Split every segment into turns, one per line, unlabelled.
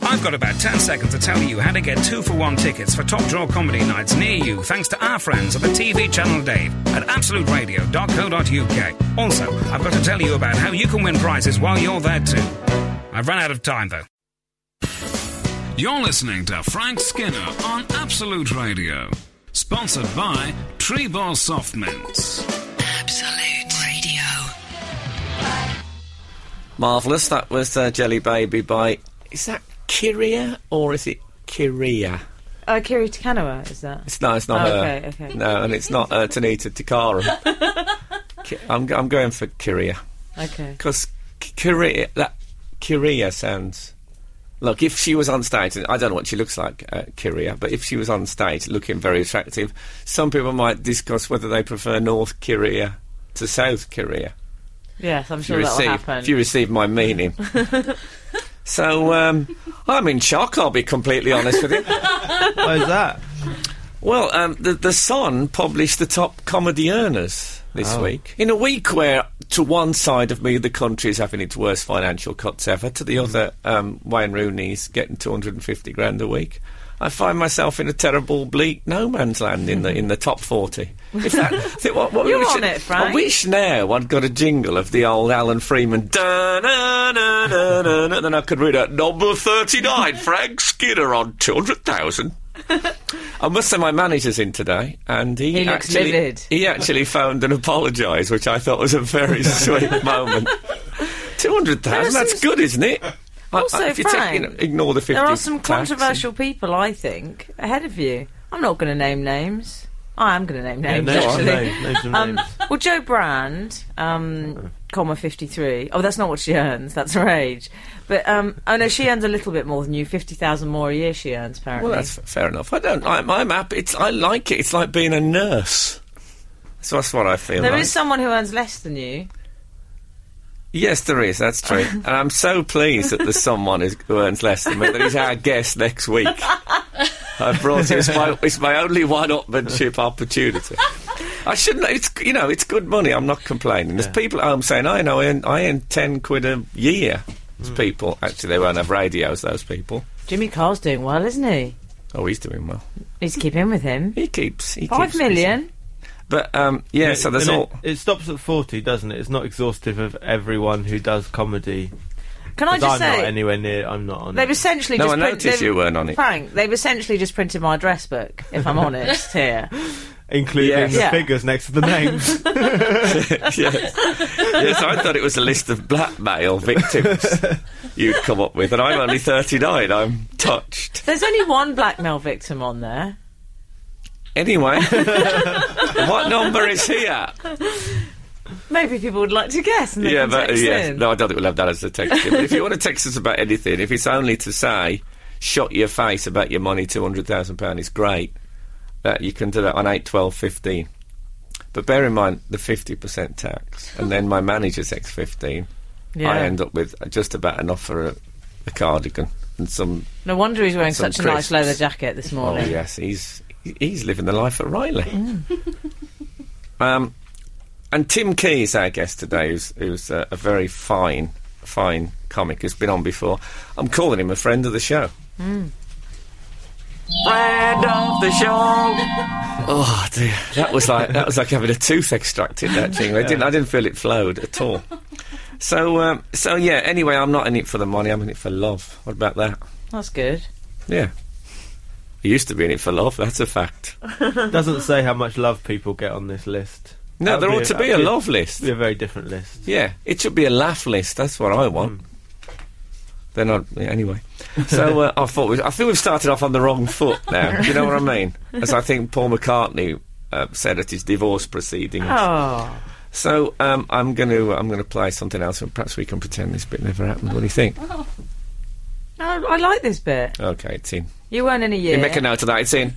I've got about 10 seconds to tell you how to get two for one tickets for top draw comedy nights near you thanks to our friends at the TV channel Dave at absoluteradio.co.uk. Also, I've got to tell you about how you can win prizes while you're there too. I've run out of time though. You're listening to Frank Skinner on Absolute Radio, sponsored by Tree Ball Soft Mints.
Absolute Radio.
Marvellous. That was uh, Jelly Baby by. Is that Kiria or is it Kiria?
Uh, Kiri Takanawa, is that?
It's, no, it's not
Oh,
her.
okay, okay.
No, and it's not uh, Tanita Tikaram. Ki- I'm, go- I'm going for Kiria.
Okay.
Because Kiria, that Kiria sounds. Look, if she was on stage, and I don't know what she looks like, uh, Kiria, but if she was on stage looking very attractive, some people might discuss whether they prefer North Korea to South Korea.
Yes, I'm
If you,
sure that'll
receive,
happen.
if you receive my meaning. so, um, I'm in shock, I'll be completely honest with you.
Why's that?
Well, um, the, the Sun published the top comedy earners this
Oh.
week. In a week where, to one side of me, the country is having its worst financial cuts ever, to
Hmm.
the other, um, Wayne Rooney's getting 250 grand a week. I find myself in a terrible, bleak no man's land in the in the top forty. If that, I think what, what we
You're on
should-
it, Frank.
I wish now I'd got a jingle of the old Alan Freeman. Da, na, na, na, na, na, then I could read out number thirty nine. Frank Skinner on two hundred thousand. I must say, my manager's in today, and he,
He looks
actually
livid.
he actually phoned and apologised, which I thought was a very sweet moment. Two hundred thousand—that's
seems-
good, isn't it? I-
Also,
I- if you take-
Frank,
you know, ignore the fifty.
There are some
tax and-
controversial people, I think, ahead of you. I'm not going to name names. I am going to name names,
names,
actually.
names, names and
um,
names.
Well, Joe Brand, um, comma 53. Oh, that's not what she earns. That's her age. But, um, oh, no, she earns a little bit more than you. 50,000 more a year she earns, apparently.
Well, that's f- fair enough. I don't. I'm, I'm happy. It's, I like it. It's like being a nurse. So that's what I feel.
There
like.
is someone who earns less than you.
Yes, there is. That's true. and I'm so pleased that there's someone who's- who earns less than me. That is our guest next week. I brought it. It's my, it's my only one-upmanship opportunity. I shouldn't. It's you know, it's good money. I'm not complaining. There's people at home saying, "I know, I earn, I earn ten quid a year."
Hmm.
There's people actually they won't have radios. Those people.
Jimmy Carr's doing well, isn't he?
Oh, he's doing well.
Need to keep in with him.
He keeps. He
Five
keeps
million.
But um, yeah, so there's
And
all.
It, it stops at 40, doesn't it? It's not exhaustive of everyone who does comedy.
Can I
'Cause
just
I'm
say,
not anywhere near. I'm not on.
They've
it.
essentially
No,
just
I
print-
noticed
they've-
you weren't on it.
Frank, they've essentially just printed my address book, if I'm honest here.
including
Yes.
the
Yeah.
figures next to the names.
yes. yes, I thought it was a list of blackmail victims you'd come up with, and I'm only 39. I'm touched.
There's only one blackmail victim on there.
Anyway, what number is here?
Maybe people would like to guess. And they
yeah,
can
but
text
yes.
in.
No, I don't think we'll have that as a text. in. but if you want to text us about anything, if it's only to say, shut your face about your money, £200,000 is great, that you can do that on 8, 12, 15. But bear in mind the 50% tax, and then my manager's X 15.
Yeah.
I end up with just about enough for a, a cardigan and some.
No wonder he's wearing
Some
such a nice
crisps.
leather jacket this
Oh
morning.
yes, he's he's living the life at Riley. um, and Tim Key's our guest today, who's who's uh, a very fine fine comic who's been on before. I'm calling him a friend of the show. Friend of the show. oh dear, that was like that was like having a tooth extracted. That thing, I didn't I didn't feel it flowed at all. So um, so yeah. Anyway, I'm not in it for the money. I'm in it for love. What about that?
That's good.
Yeah. I used to be in it for love, that's a fact.
Doesn't say how much love people get on this list.
No,
That'd
there ought to be a
that'd
love list.
Be a very different list.
Yeah, it should be a laugh list, that's what I want. Then I'd. yeah, Anyway. So uh, I thought. We, I think we've started off on the wrong foot now. Do you know what I mean? As I think Paul McCartney. Uh, said at his divorce proceedings.
Oh,
So um, I'm going to I'm going to play something else, and perhaps we can pretend this bit never happened. What do you think?
I, I like this bit.
Okay, it's in.
You weren't in a year.
You make a note of that. It's in.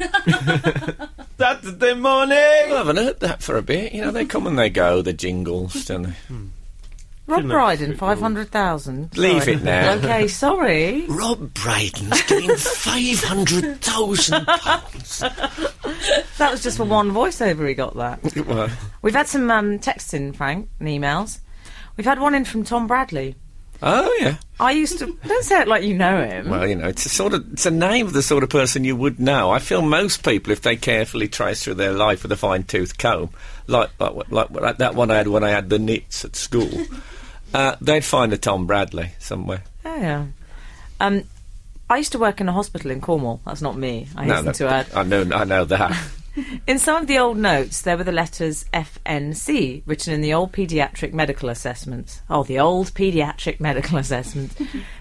Saturday morning.
I haven't heard that for a bit. You know, they come and they go. The jingles, don't they?
Rob
Shouldn't have
Brydon,
football.
five hundred thousand.
Leave it now.
Okay, sorry.
Rob Brydon's getting five hundred thousand pounds.
That was just for one voiceover. He got that. We've had some um, texts in, Frank, and emails. We've had one in from Tom Bradley.
Oh yeah.
I used to. Don't say it like you know him.
Well, you know, it's a sort of it's a name of the sort of person you would know. I feel most people, if they carefully trace through their life with a fine tooth comb, like like, what- like, what- like that one I had when I had the nits at school, uh, they'd find a Tom Bradley somewhere.
Oh, yeah. Um, I used to work in a hospital in Cornwall. That's not me. I hasten
no,
to add.
I know, I know that.
In some of the old notes, there were the letters FNC written in the old paediatric medical assessments. Oh, the old paediatric medical assessments.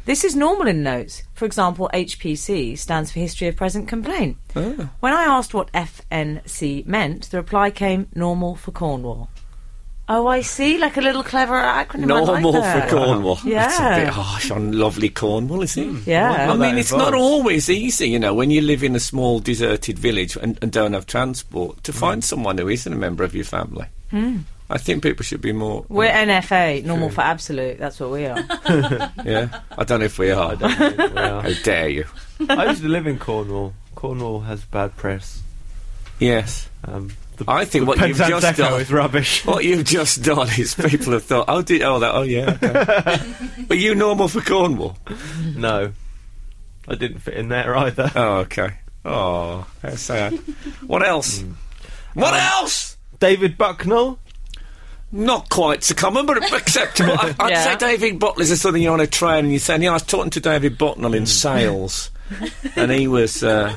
this is normal in notes. For example, HPC stands for History of Present Complaint.
Oh.
When I asked what FNC meant, the reply came normal for Cornwall. Oh, I see, like a little clever acronym. I like
Normal
that.
for Cornwall. It's
Yeah. Hmm.
a bit harsh on lovely Cornwall, is it?
Yeah.
I
Well,
mean,
that
it's not
involves-
always easy, you know, when you live in a small deserted village and, and don't have transport to find someone who isn't a member of your family.
Hmm.
I think people should be more.
We're NFA, normal for absolute. That's what we are.
Yeah, I don't know if we are.
I don't think we are.
How dare you?
I used to live in Cornwall. Cornwall has bad press.
Yes,
Um, the,
I think what you've
Penzance
just
Echo
done-
is rubbish.
what you've just done is people have thought, oh, did oh that, oh yeah. Okay. Are you normal for Cornwall?
no, I didn't fit in there either.
Oh, okay. Oh, how sad. What else? What else?
David Bucknell.
Not quite so common, but acceptable. I, I'd
Yeah.
say David Botnell's is something you're on a train and you're saying, yeah, I was talking to David Botnell in sales, and he was. Uh,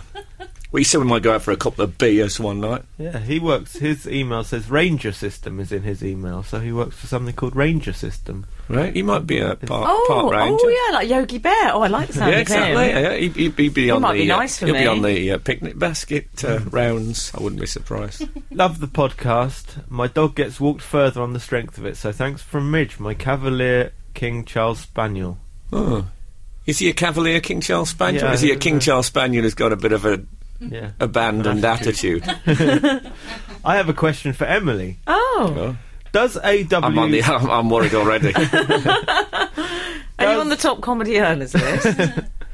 well, he said we might go out for a couple of beers one night.
Yeah, he works. His email says Ranger System is in his email, so he works for something called Ranger System.
Right? He might be a part,
oh,
part ranger.
oh yeah, like Yogi Bear. Oh, I like the sound
Yeah,
of
exactly.
him.
Yeah, he'd, he'd- he'd be on
might
the
be
uh,
nice for
he'll
me. Hmm.
be on the uh, picnic basket uh, rounds. I wouldn't be surprised.
Love the podcast. My dog gets walked further on the strength of it, so thanks from Midge, my Cavalier King Charles Spaniel.
oh. Is he a Cavalier King Charles Spaniel?
Yeah,
is he a
I-
King Charles Spaniel who's got a bit of an
Yeah.
abandoned attitude?
I have a question for Emily.
Oh,
Oh,
Does AW
I'm on the. I'm, I'm worried already.
are you on the top comedy earners list?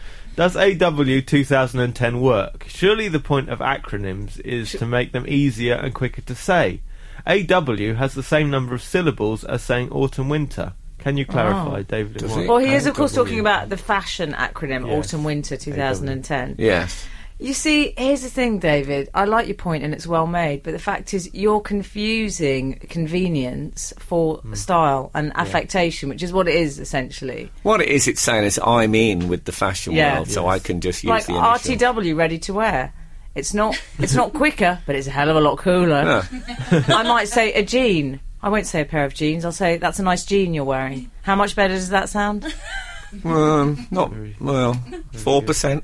Does AW 2010 work? Surely the point of acronyms is to make them easier and quicker to say. AW has the same number of syllables as saying autumn winter. Can you clarify, David?
Does
White?
it?
well, he is of course
AW.
talking about the fashion acronym
Yes.
Autumn Winter 2010.
yes.
You see, here's the thing, David. I like your point and it's well made, but the fact is you're confusing convenience for
Hmm.
style and affectation, which is what it is essentially.
What it is, it's saying is I'm in with the fashion
Yeah.
world, so I can just use
like
the initial.
RTW ready to wear. It's not it's not quicker, but it's a hell of a lot cooler.
Yeah.
I might say a jean. I won't say a pair of jeans. I'll say that's a nice jean you're wearing. How much better does that sound?
Um, not well, four percent.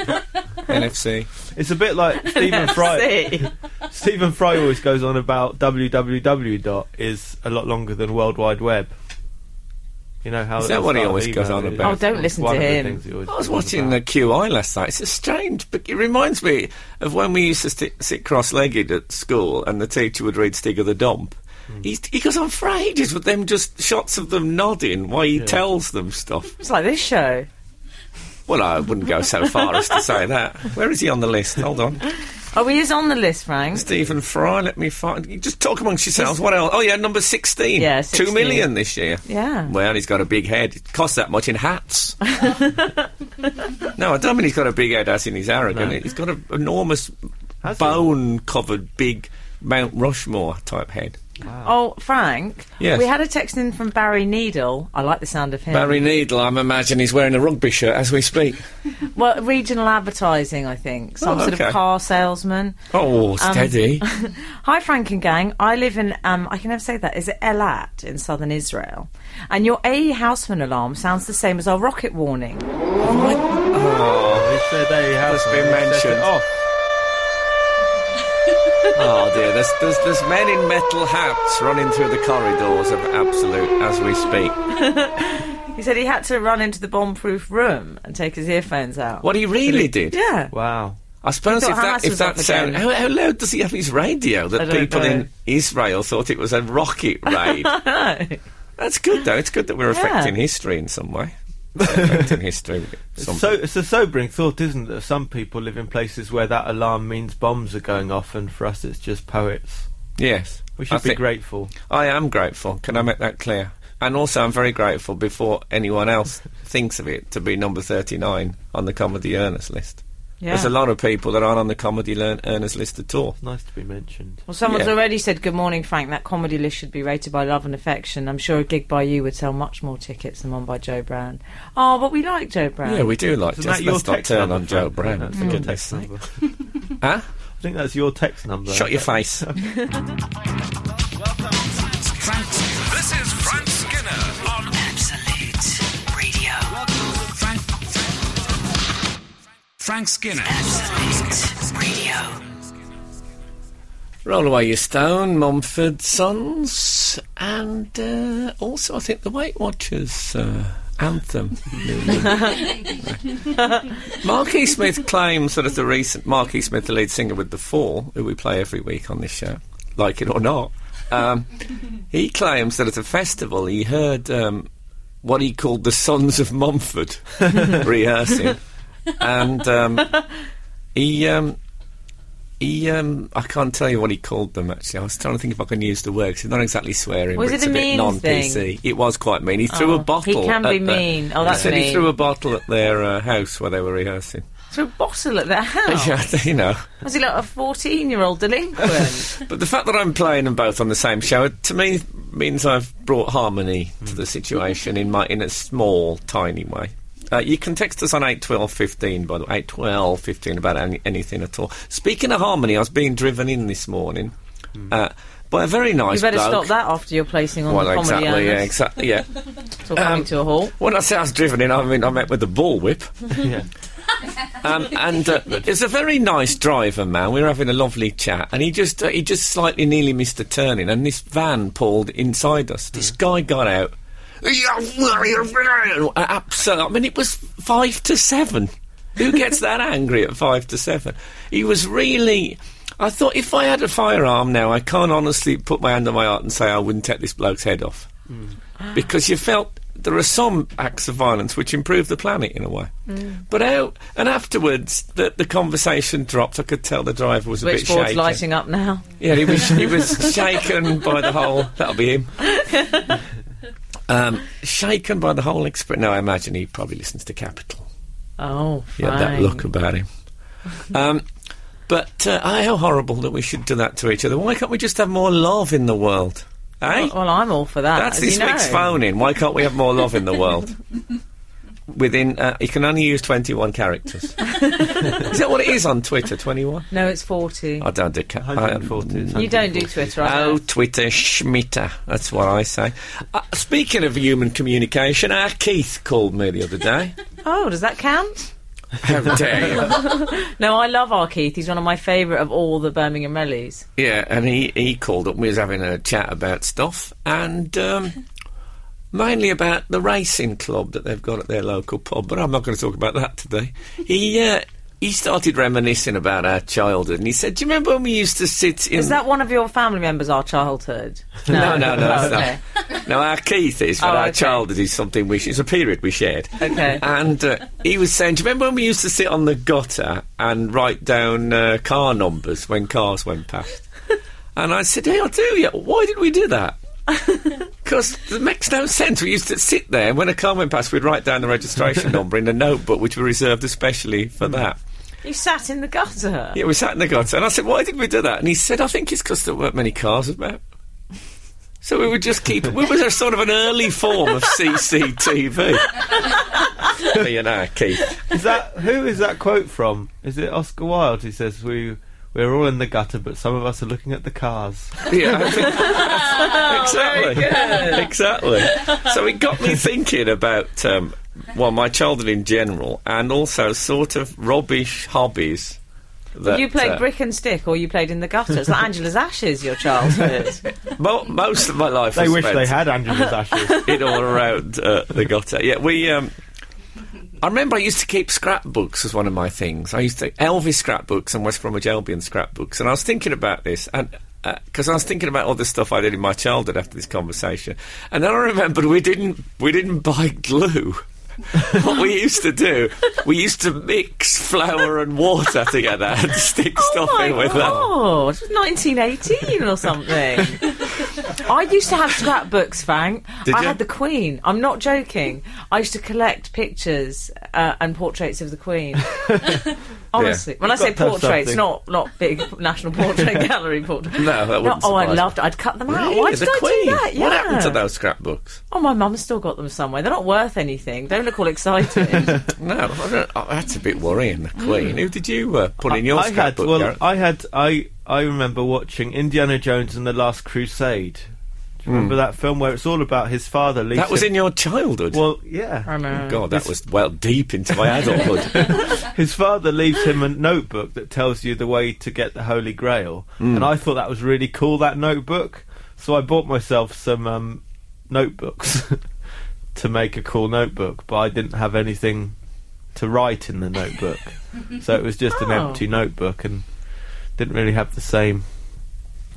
NFC.
It's a bit like Stephen Fry.
See?
Stephen Fry always goes on about www dot is a lot longer than World Wide Web. You know how
Is that
at the
what he
start of
always
email
goes on
it is.
about?
Oh, don't
It's
listen
one
to
of the
him.
things he always
I was
goes on
watching
about.
the QI last night. It's a strange, but it reminds me of when we used to sti sit cross-legged at school, and the teacher would read Stig of the Dump. He's, he goes on for ages with them just shots of them nodding while he tells them stuff.
It's like this show.
Well, I wouldn't go so far as to say that. Where is he on the list? Hold on,
Oh, he is on the list, Frank.
Stephen Fry. Let me find. You just talk amongst yourselves. What else? Oh yeah, number sixteen.
Yeah,
two
16.
million this year.
Yeah.
Well, he's got a big head. It costs that much in hats. no, I don't mean he's got a big head as in he's arrogant.
No.
He's got an enormous
Has he?
bone covered big Mount Rushmore type head.
Oh, Frank.
Yes.
We had a text in from Barry Needle. I like the sound of him.
Barry Needle, I'm imagining he's wearing a rugby shirt as we speak.
Well, regional advertising, I think. Some
Oh,
sort
okay.
of car salesman.
Oh, steady.
Hi, Frank and gang. I live in, um, I can never say that, is it Elat in southern Israel? And your AE Houseman alarm sounds the same as our rocket warning.
He said there you have
That's
it.
been
He set it
mentioned.
off.
oh dear, there's, there's, there's men in metal hats running through the corridors of Absolute as we speak.
He said he had to run into the bomb-proof room and take his earphones out.
What he really did.
Yeah.
Wow.
I suppose
He
if
thought
that,
Hamas
if
was
that
up
sound,
again.
how, how loud does he have his radio that
don't
people
know.
in Israel thought it was a rocket raid? That's good though. It's good that we're
Yeah.
affecting history in some way. affecting history. Some,
So it's a sobering thought, isn't it? That some people live in places where that alarm means bombs are going off, and for us, it's just poets.
yes,
We should
I
be
think-
grateful.
I am grateful. Can I make that clear? And also, I'm very grateful before anyone else thinks of it to be number 39 on the comedy earners list.
Yeah.
There's a lot of people that aren't on the comedy learn- earners list at all.
Nice to be mentioned.
Well, someone's
Yeah.
already said, Good morning, Frank. That comedy list should be rated by love and affection. I'm sure a gig by you would sell much more tickets than one by Joe Brown. Oh, but we like Joe Brown.
Yeah, we do like
Isn't
just
that your
let's not
text
turn
number,
on Joe
Frank? Oh,
Brown.
That's
for
your
Mm,
goodness
text
sake.
number.
Huh?
I think that's your text number.
Shut your face.
Frank Skinner. This is Frank Skinner on
Absolute Radio.
Frank. Frank Skinner.
Absolute Radio.
Roll away your stone, Mumford Sons, and uh, also I think the Weight Watchers uh, anthem. Mark E. Smith claims that as the recent Mark E. Smith, the lead singer with the Fall, who we play every week on this show, like it or not, um, he claims that at a festival he heard um, what he called the Sons of Mumford rehearsing, and um, he. Um, he, um, I can't tell you what he called them. Actually, I was trying to think if I can use the word. 'cause he's not exactly swearing.
Was
but
it
it's
a
a bit
mean
non-PC.
thing?
It was quite mean. He threw
Oh,
a bottle.
he can
at
be
the-
mean. Oh, that's
he said
mean.
he threw a bottle at their uh, house where they were rehearsing.
Threw a bottle at their house.
Yeah, you know.
Was he like a 14 year old delinquent?
But the fact that I'm playing them both on the same show, to me, means I've brought harmony to the situation in my in a small, tiny way. Uh, you can text us on eight twelve fifteen, by the way, eight twelve fifteen about any, anything at all. Speaking of harmony, I was being driven in this morning uh, by a very nice
you better
bloke.
stop that after you're placing on
Well,
the
exactly,
comedy
yeah,
earners.
exactly, yeah.
It's all coming
Um,
to a halt.
when I say I was driven in, I mean I met with the ball whip.
Yeah.
Um, and uh, it's a very nice driver, man. We were having a lovely chat, and he just uh, he just slightly nearly missed a turning, and this van pulled inside us. This guy got out. Absolutely, I mean, it was five to seven. Who gets that angry at five to seven? He was really. I thought if I had a firearm now, I can't honestly put my hand on my heart and say I wouldn't take this bloke's head off, because you felt there are some acts of violence which improve the planet in a way.
Mm.
But out and afterwards, the, the conversation dropped. I could tell the driver was a bit
Switchboard's
shaken.
lighting up now.
Yeah, he was he was shaken by the whole. That'll be him. Um, shaken by the whole experience. No, I imagine he probably listens to Capital.
Oh,
Yeah, that
fine.
look about him. Um, but uh, oh, how horrible that we should do that to each other. Why can't we just have more love in the world? Eh?
Well, I'm all for that.
That's
as
this
you know.
week's phone in. Why can't we have more love in the world? Within, uh, you can only use 21 characters. is that what it is on Twitter? 21?
No, it's 40.
I don't do. Ca- I-
140.
Um,
it's
you don't do
140.
Twitter, I
Oh,
know.
Twitter Schmitter. That's what I say. Uh, speaking of human communication, our Keith called me the other day.
Oh, does that count?
How dare you?
No, I love our Keith. He's one of my favourite of all the Birmingham Rellies.
Yeah, and he, he called up. We was having a chat about stuff, and um, mainly about the racing club that they've got at their local pub. But I'm not going to talk about that today. He uh, he started reminiscing about our childhood, and he said, "Do you remember when we used to sit in?"
Is that one of your family members, our childhood?
No, no, no,
Oh,
that's
okay.
not. No, our Keith is, but
Oh,
our
okay.
childhood is something we. It's a period we shared.
Okay.
And uh, he was saying, do you remember when we used to sit on the gutter and write down uh, car numbers when cars went past? and I said, yeah, I do. Yeah, why did we do that? Because it makes no sense. We used to sit there, and when a car went past, we'd write down the registration number in a notebook, which we reserved especially
Hmm.
for that.
You sat in the gutter.
Yeah, we sat in the gutter, and I said, "Why did we do that?" And he said, "I think it's because there weren't many cars about." So we would just keep. We was a sort of an early form of CCTV. you know, Keith.
Is that who is that quote from? Is it Oscar Wilde who says we we're all in the gutter, but some of us are looking at the cars?
Yeah, I think- exactly, exactly. So it got me thinking about um, well, my childhood in general, and also sort of rubbish hobbies. That,
You played
uh,
brick and stick, or you played in the gutter. It's like Angela's Ashes, your childhood.
mo- most of my life.
They
was
wish
spent
they had Angela's ashes.
it all around uh, the gutter. Yeah, we. Um, I remember I used to keep scrapbooks as one of my things. I used to Elvis scrapbooks and West Bromwich Albion scrapbooks, and I was thinking about this and. Because I was thinking about all the stuff I did in my childhood after this conversation, and then I remembered we didn't we didn't buy glue. what we used to do, we used to mix flour and water together and stick
oh
stuff
my
in with that.
god, 1918 or something. I used to have scrapbooks, Frank.
Did
I
you?
had the Queen. I'm not joking. I used to collect pictures uh, and portraits of the Queen. Honestly, when I say
got to have
portraits,
something.
not not big National Portrait Gallery portraits.
No, that wouldn't
oh, I
surprise me.
loved. I'd cut them out.
Really?
Why did
the
I
Queen?
do that? Yeah.
What happened to those scrapbooks?
Oh, my mum's still got them somewhere. They're not worth anything. Don't look all excited.
No, I don't, oh, that's a bit worrying. The Queen. Who did you uh, put in your
Hmm. I had
scrapbook?
well,
Gareth?
I had I I remember watching Indiana Jones and the Last Crusade. Do you remember that film where it's all about his father? Leasing,
Hmm. that was in your childhood.
Well, yeah.
I know.
God, that was well deep into my adulthood.
His father leaves him a notebook that tells you the way to get the Holy Grail, and I thought that was really cool. That notebook, so I bought myself some um, notebooks to make a cool notebook, but I didn't have anything to write in the notebook, so it was just an
Oh.
empty notebook and didn't really have the same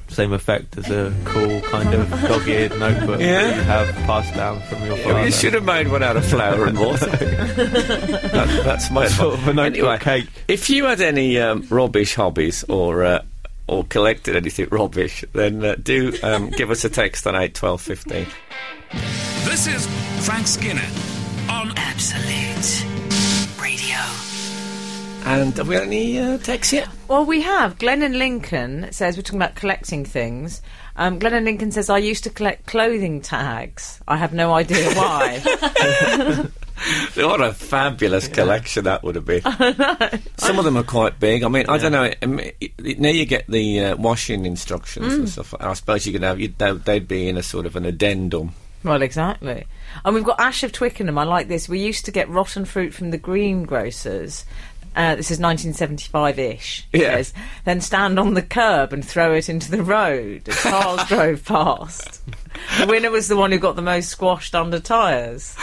same effect as a cool kind of dog-eared notebook
Yeah.
that you have passed down from your father.
you should have made one out of flour and water. That- that's my
Sort of a notebook
Anyway,
cake.
If you had any um, rubbish hobbies or uh, or collected anything rubbish, then uh, do um, give us a text on eight twelve fifteen.
This is Frank Skinner on
Absolute Radio.
And have we got any uh, texts yet?
Well, we have. Glenn and Lincoln says we're talking about collecting things. Um, Glenn and Lincoln says I used to collect clothing tags. I have no idea why.
What a fabulous collection that would have been. Some of them are quite big. I mean, I don't know. um, it- it- Now you get the uh, washing instructions
Mm.
and stuff. I suppose you could have, you'd, they'd they'd be in a sort of an addendum.
well, exactly. And we've got Ash of Twickenham. I like this. We used to get rotten fruit from the greengrocers. Uh, this is 1975-ish. he
Yeah.
says. Then stand on the curb and throw it into the road as cars drove past. The winner was the one who got the most squashed under tyres.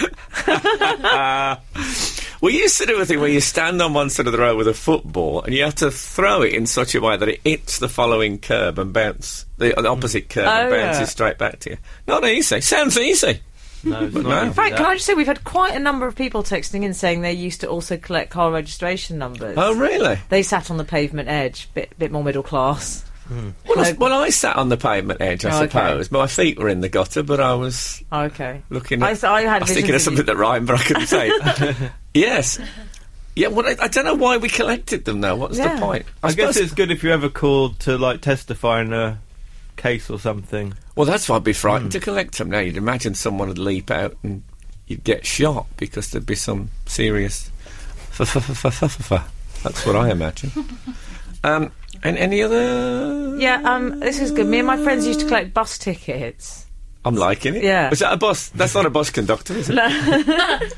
We used to do a thing where you stand on one side of the road with a football and you have to throw it in such a way that it hits the following curb and bounce the, the opposite curb and
Oh, yeah.
bounces straight back to you. Not easy. Sounds easy.
No, it's not
No.
easy,
Frank,
that.
can I just say we've had quite a number of people texting in saying they used to also collect car registration numbers.
Oh, really?
They sat on the pavement edge, bit bit more middle class.
Well, I,
No.
well, I sat on the pavement edge, I
Oh, okay.
suppose. My feet were in the gutter, but I was
Oh, okay.
looking at.
I, th- I had
was thinking of
visions
something
of you-
that rhymed, but I couldn't say it. yes. Yeah, well, I, I don't know why we collected them, though. What's
Yeah.
the point?
I, guess
suppose-
it's good if you're ever called to like testify in a case or something.
Well, that's why I'd be frightened
Hmm.
to collect them now. You'd imagine someone would leap out and you'd get shot because there'd be some serious. That's what I imagine. um, and any other?
yeah, um, this is good. Me and my friends used to collect bus tickets.
I'm liking it.
Yeah.
Was that a bus? That's not a bus conductor, is it?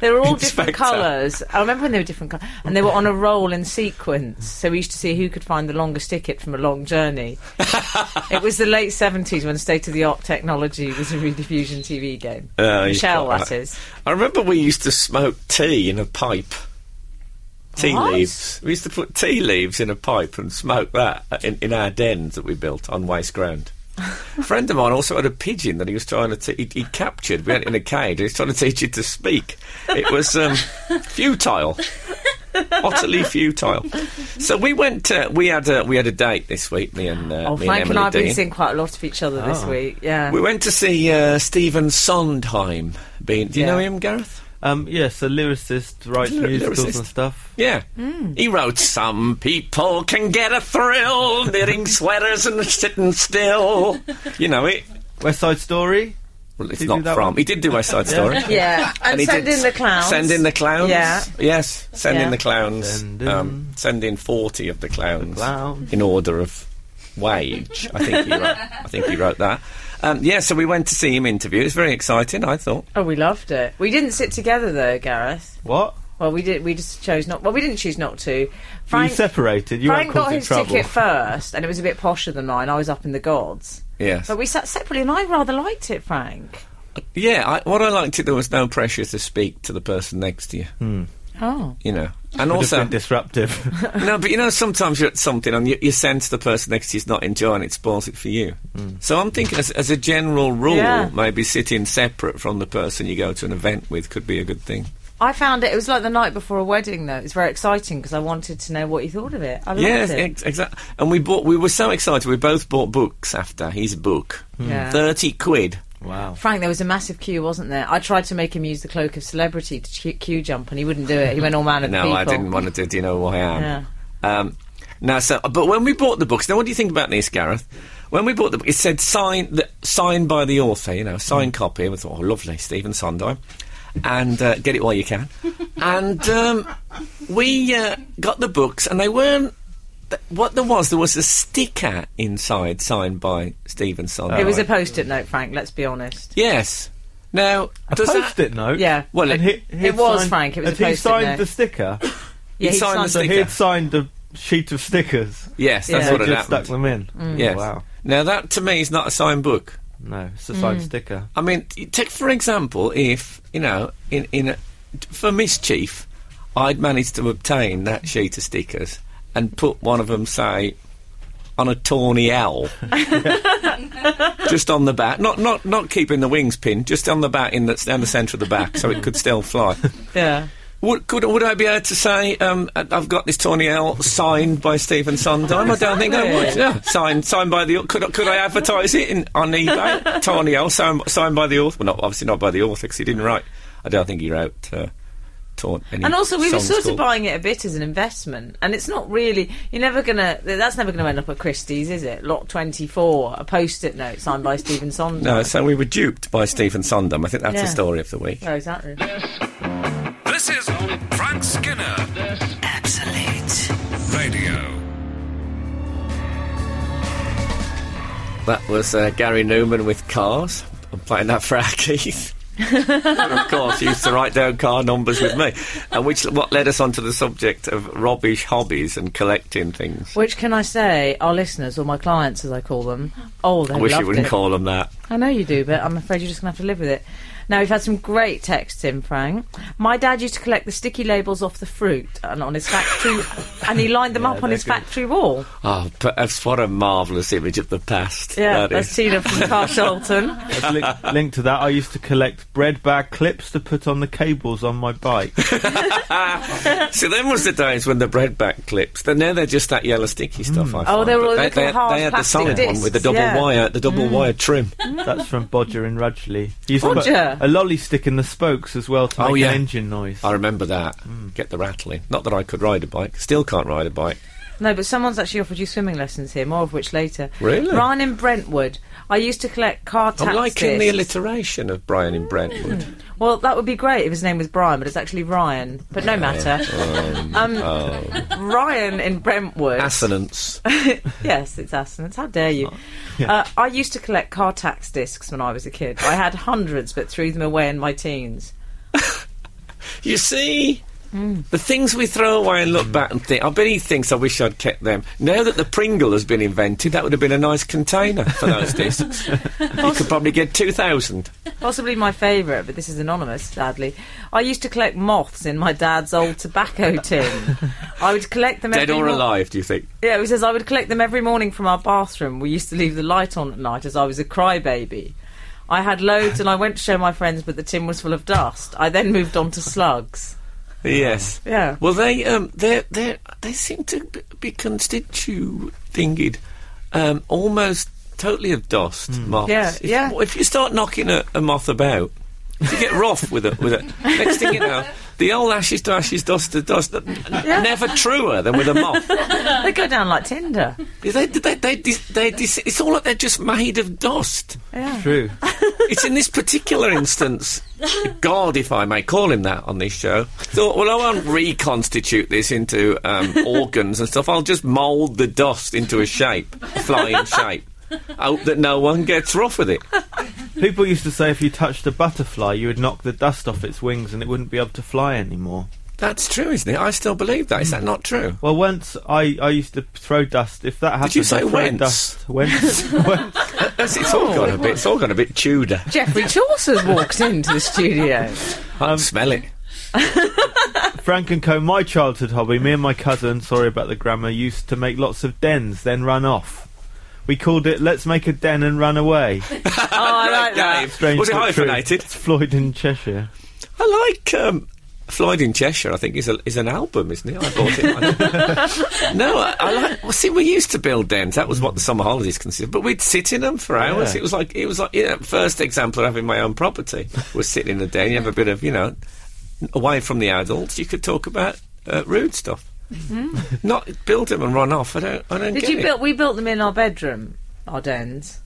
They were all different
Inspector.
colours. I remember when they were different colours, and they were on a roll in sequence. So we used to see who could find the longest ticket from a long journey. it was the late seventies when state of the art technology was a rediffusion TV game.
Uh, you've
Michelle,
got
that
that.
is.
I remember we used to smoke tea in a pipe. Tea
What?
leaves. We used to put tea leaves in a pipe and smoke that uh, in, in our dens that we built on waste ground. a friend of mine also had a pigeon that he was trying to te- he, he captured. We had it in a cage. and He was trying to teach it to speak. It was um, futile, utterly futile. So we went. Uh, we had a, we had a date this week. Me and uh,
Oh,
me
Frank
and Emily
and I have been
Dean.
seeing quite a lot of each other this week. Yeah.
We went to see uh, Stephen Sondheim. Being, do you
Yeah.
know him, Gareth?
Um, yes, a lyricist writes
Lyr-
musicals
lyricist.
and stuff.
Yeah.
Hmm.
He wrote, Some people can get a thrill knitting sweaters and sitting still. You know it.
West Side Story.
Well, it's
Did he
not
do that
from.
one?
He did do West Side Story.
yeah.
he
And send
did
in the clowns.
Send in the clowns.
Yeah.
Yes. Send
Yeah.
in the clowns.
Send
Send
in-
in, um, send in forty of the clowns.
clowns.
In order of wage. I think he wrote, I think he wrote that. Um, yeah. So we went to see him interview. It was very exciting. I thought.
Oh, we loved it. We didn't sit together though, Gareth.
What?
Well, we did. We just chose not. Well, we didn't choose not to.
you separated. You
Frank
weren't
got
causing
his
trouble.
ticket first, and it was a bit posher than mine. I was up in the gods.
Yes.
But we sat separately, and I rather liked it, Frank.
yeah. I, what I liked it there was no pressure to speak to the person next to you.
Oh.
You know. And
Would have
also
been disruptive.
No, but you know, sometimes you're at something and you, you sense the person next to you's not enjoying it, spoils it for you. So I'm thinking, as, as a general rule,
Yeah.
maybe sitting separate from the person you go to an event with could be a good thing.
I found it. It was like the night before a wedding, though. It was very exciting because I wanted to know what you thought of it. I loved
Yes,
it.
ex- exactly. And we bought. We were so excited. We both bought books after his book.
Yeah.
Thirty quid.
Wow.
Frank, there was a massive queue, wasn't there? I tried to make him use the cloak of celebrity to queue, queue jump, and he wouldn't do it. He went all man of the
No,
people.
I didn't want to. do- Do you know who I am?
Yeah.
Um, now, so but when we bought the books, now what do you think about this, Gareth? When we bought the book, it said sign the, signed by the author, you know,
Mm.
signed copy. And we thought, oh, lovely, Stephen Sondheim, and uh, get it while you can. and um, we uh, got the books, and they weren't. th- What there was, there was a sticker inside signed by Stephen Sondheim.
It was a post-it note, Frank. Let's be honest.
yes. Now,
A
does that-
post-it note.
Yeah.
Well,
And
it-
he- he
It was,
signed-
Frank, it was
had
a
he
post-it
signed
note.
the sticker.
Yeah,
signed the
So he
Sticker.
had signed a sheet of stickers.
yes, that's
Yeah.
They
what it
just stuck
happened.
them in.
Mm.
Yes.
Wow.
Now that to me is not a signed book.
No, it's a
Mm.
signed sticker.
I mean, t- take for example, if you know, in in a, for mischief, I'd managed to obtain that sheet of stickers and put one of them, say, on a tawny owl, just on the back, not not not keeping the wings pinned, just on the back, in the down the centre of the back, so it could still fly.
Yeah.
Would could would I be able to say um, I- I've got this tawny owl signed by Stephen Sondheim? I don't think I would.
Exactly.
Yeah, signed signed by the could I- could I advertise it in, on eBay? tawny owl signed, signed by the author. Well, not obviously not by the author because he didn't write. I don't think he wrote. Uh, Taunt any
And also, we were
songs
sort of
called-
buying it a bit as an investment, and it's not really. You're never gonna. th- That's never gonna end up at Christie's, is it? Lot 24, a post-it note signed by Stephen Sondheim.
No, so we were duped by Stephen Sondheim. I think that's the
Yeah.
story of the week.
Oh, exactly.
This is Frank Skinner
Absolute.
Radio.
That was uh, Gary Newman with Cars. I'm playing that for our Keith. and of course, he used to write down car numbers with me, and which what led us onto the subject of rubbish hobbies and collecting things.
Which can I say, our listeners or my clients, as I call them? Oh, they
I wish
loved
you wouldn't
it.
call them that.
I know you do, but I'm afraid you're just going to have to live with it. Now, we've had some great texts in, Frank. My dad used to collect the sticky labels off the fruit and on his factory, and he lined them up on
they're
his
good.
factory wall.
Oh, but that's what a marvellous image of the past.
Yeah,
that
that's
is.
Tina from Carshalton.
It's link- linked to that, I used to collect bread bag clips to put on the cables on my bike.
So then was the days when the bread back clips. Then now they're just that yellow sticky stuff. I
Oh,
find,
they were
but
all
they,
little
they,
hard
they had the
plastic
solid one with the
discs,
double
yeah. Mm.
wire, the double wire trim.
That's from Bodger in Rudgley. He used to
Bodger?
put a lolly stick in the spokes as well to
Oh,
make
yeah.
an engine noise.
I remember that.
Mm.
Get the rattling. Not that I could ride a bike. Still can't ride a bike.
No, but someone's actually offered you swimming lessons here, more of which later.
Really?
Ryan in Brentwood. I used to collect car tax
I'm liking the
discs.
alliteration of Brian in Brentwood.
Well, that would be great if his name was Brian, but it's actually Ryan. But no matter. Um,
Oh.
Ryan in Brentwood.
Assonance.
yes, it's assonance. How dare you? Uh, I used to collect car tax discs when I was a kid. I had hundreds, but threw them away in my teens.
You see? The things we throw away and look back and think, I bet he thinks I wish I'd kept them. Now that the Pringle has been invented, that would have been a nice container for those discs. you could probably get 2,000.
Possibly my favourite, but this is anonymous, sadly. I used to collect moths in my dad's old tobacco tin. I would collect them
Dead
every
or
mor-
alive, do you think?
Yeah, he says I would collect them every morning from our bathroom. We used to leave the light on at night as I was a crybaby. I had loads, and I went to show my friends, but the tin was full of dust. I then moved on to slugs.
Yes.
Yeah.
Well, they um, they they they seem to b- be constituted um, almost totally of dust moths.
Yeah,
if,
yeah.
If you start knocking a, a moth about, you get rough with it. With it. Next thing you know, the old ashes to ashes, dust to dust. n- n- Never truer than with a moth.
They go down like tinder.
they, they, they, dis- they dis- it's all like they're just made of dust.
Yeah.
True.
It's in this particular instance, God, if I may call him that on this show, thought, well, I won't reconstitute this into um, organs and stuff. I'll just mould the dust into a shape, a flying shape. Hope that no one gets rough with it.
People used to say if you touched a butterfly, you would knock the dust off its wings and it wouldn't be able to fly anymore.
That's true, isn't it? I still believe that. Is that not true?
Well, once I, I used to throw dust. If that happened,
you say
I throw
whence?
Dust, whence? whence?
That's, it's all gone a bit. It's all gone a bit Tudor.
Jeffrey Chaucer's walked into the studio. Um,
I smell it.
Frank and Co. My childhood hobby. Me and my cousin. Sorry about the grammar. Used to make lots of dens, then run off. We called it "Let's make a den and run away."
Oh, I like that.
Game. Was it
but true.
hyphenated?
It's Floyd in Cheshire.
I like um, Floyd in Cheshire, I think, is, a, is an album, isn't it? I bought it. no, I, I like. Well, see, we used to build dens. That was what the summer holidays consisted. But we'd sit in them for hours.
Yeah.
It was like it was like you know, first example of having my own property was sitting in a den. You have a bit of you know away from the adults. You could talk about uh, rude stuff. Not build them and run off. I don't. I don't.
Did
get
you
it.
build? We built them in our bedroom, our dens.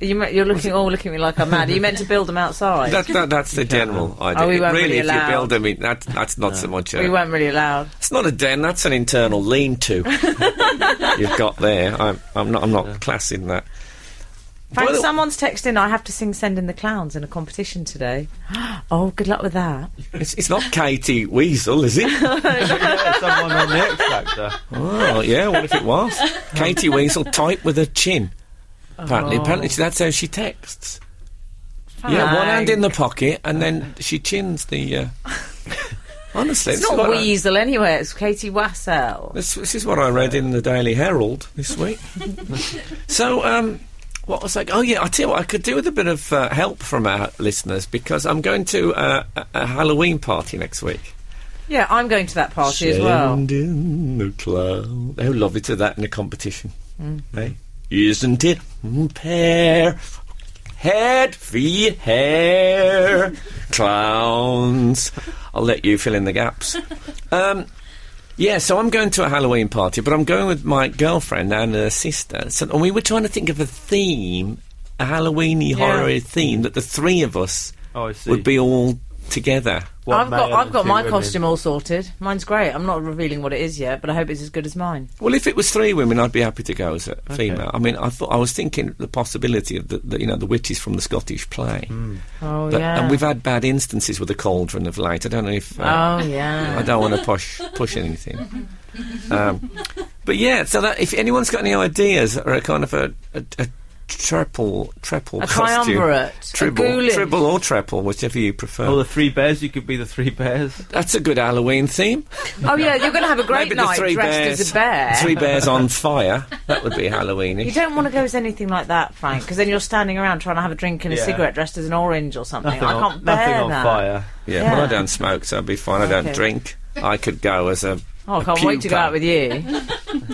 You, me- you're looking all looking at me like I'm mad. Are you meant to build them outside?
That, that, that's the general idea.
Oh, we
It
weren't really
really, if
allowed.
you build them, in, that, that's not so much.
we
A,
weren't really allowed.
it's not a den. That's an internal lean-to you've got there. I'm, I'm not. I'm not classing that.
Frank,
By the-
someone's texted in. I have to sing "Send in the Clowns" in a competition today. Oh, good luck with that.
It's, it's not Katie Weasel, is it?
Yeah, someone on the X Factor.
oh, yeah. What if it was Katie Weasel, type with her chin? Apparently, apparently that's how she texts. Yeah, one hand in the pocket, and then she chins the. Uh, honestly,
It's
this is
not
what I-
Weasel anyway. It's Katie Wassell.
This, this is what I read in the Daily Herald this week. so, um, what was I? Oh, yeah, I tell you what, I could do with a bit of uh, help from our listeners because I'm going to uh, a, a Halloween party next week.
Yeah, I'm going to that party as well.
Send in the cloud. They'll love it to that in a competition.
Mm.
Eh? Isn't it pair? Head v hair. Clowns. I'll let you fill in the gaps. um, yeah, so I'm going to a Halloween party, but I'm going with my girlfriend and her sister. So, and we were trying to think of a theme, a Halloweeny horror theme that the three of us
Oh, I see.
would be all together.
I've
One
got
male
I've
and
got
two
my
women.
costume all sorted. Mine's great. I'm not revealing what it is yet, but I hope it's as good as mine.
Well, if it was three women, I'd be happy to go as a female. I mean, I thought I was thinking the possibility of the, the you know the witches from the Scottish play,
Oh
But-
yeah.
and we've had bad instances with the cauldron of late. I don't know if uh,
oh yeah.
I don't want to push push anything. um, but yeah, so that if anyone's got any ideas or a kind of a, a, a triple triple
A
costume,
triumvirate, a
triple,
ghoulish.
triple or triple, whichever you prefer.
Or the three bears. You could be the three bears.
That's a good Halloween theme.
Oh yeah, you're going to have a great
Maybe the
night
three
dressed
bears,
as a bear.
three bears on fire. That would be Halloweenish.
You don't want to go as anything like that, Frank, because then you're standing around trying to have a drink and a
Yeah.
cigarette dressed as an orange or something.
Nothing
I
on-
can't bear
nothing on
that.
fire.
Yeah,
Yeah.
well, I don't smoke, so I'd be fine. I
Okay.
don't drink. I could go as a.
Oh, I
a
can't wait to go
pupa.
out with you.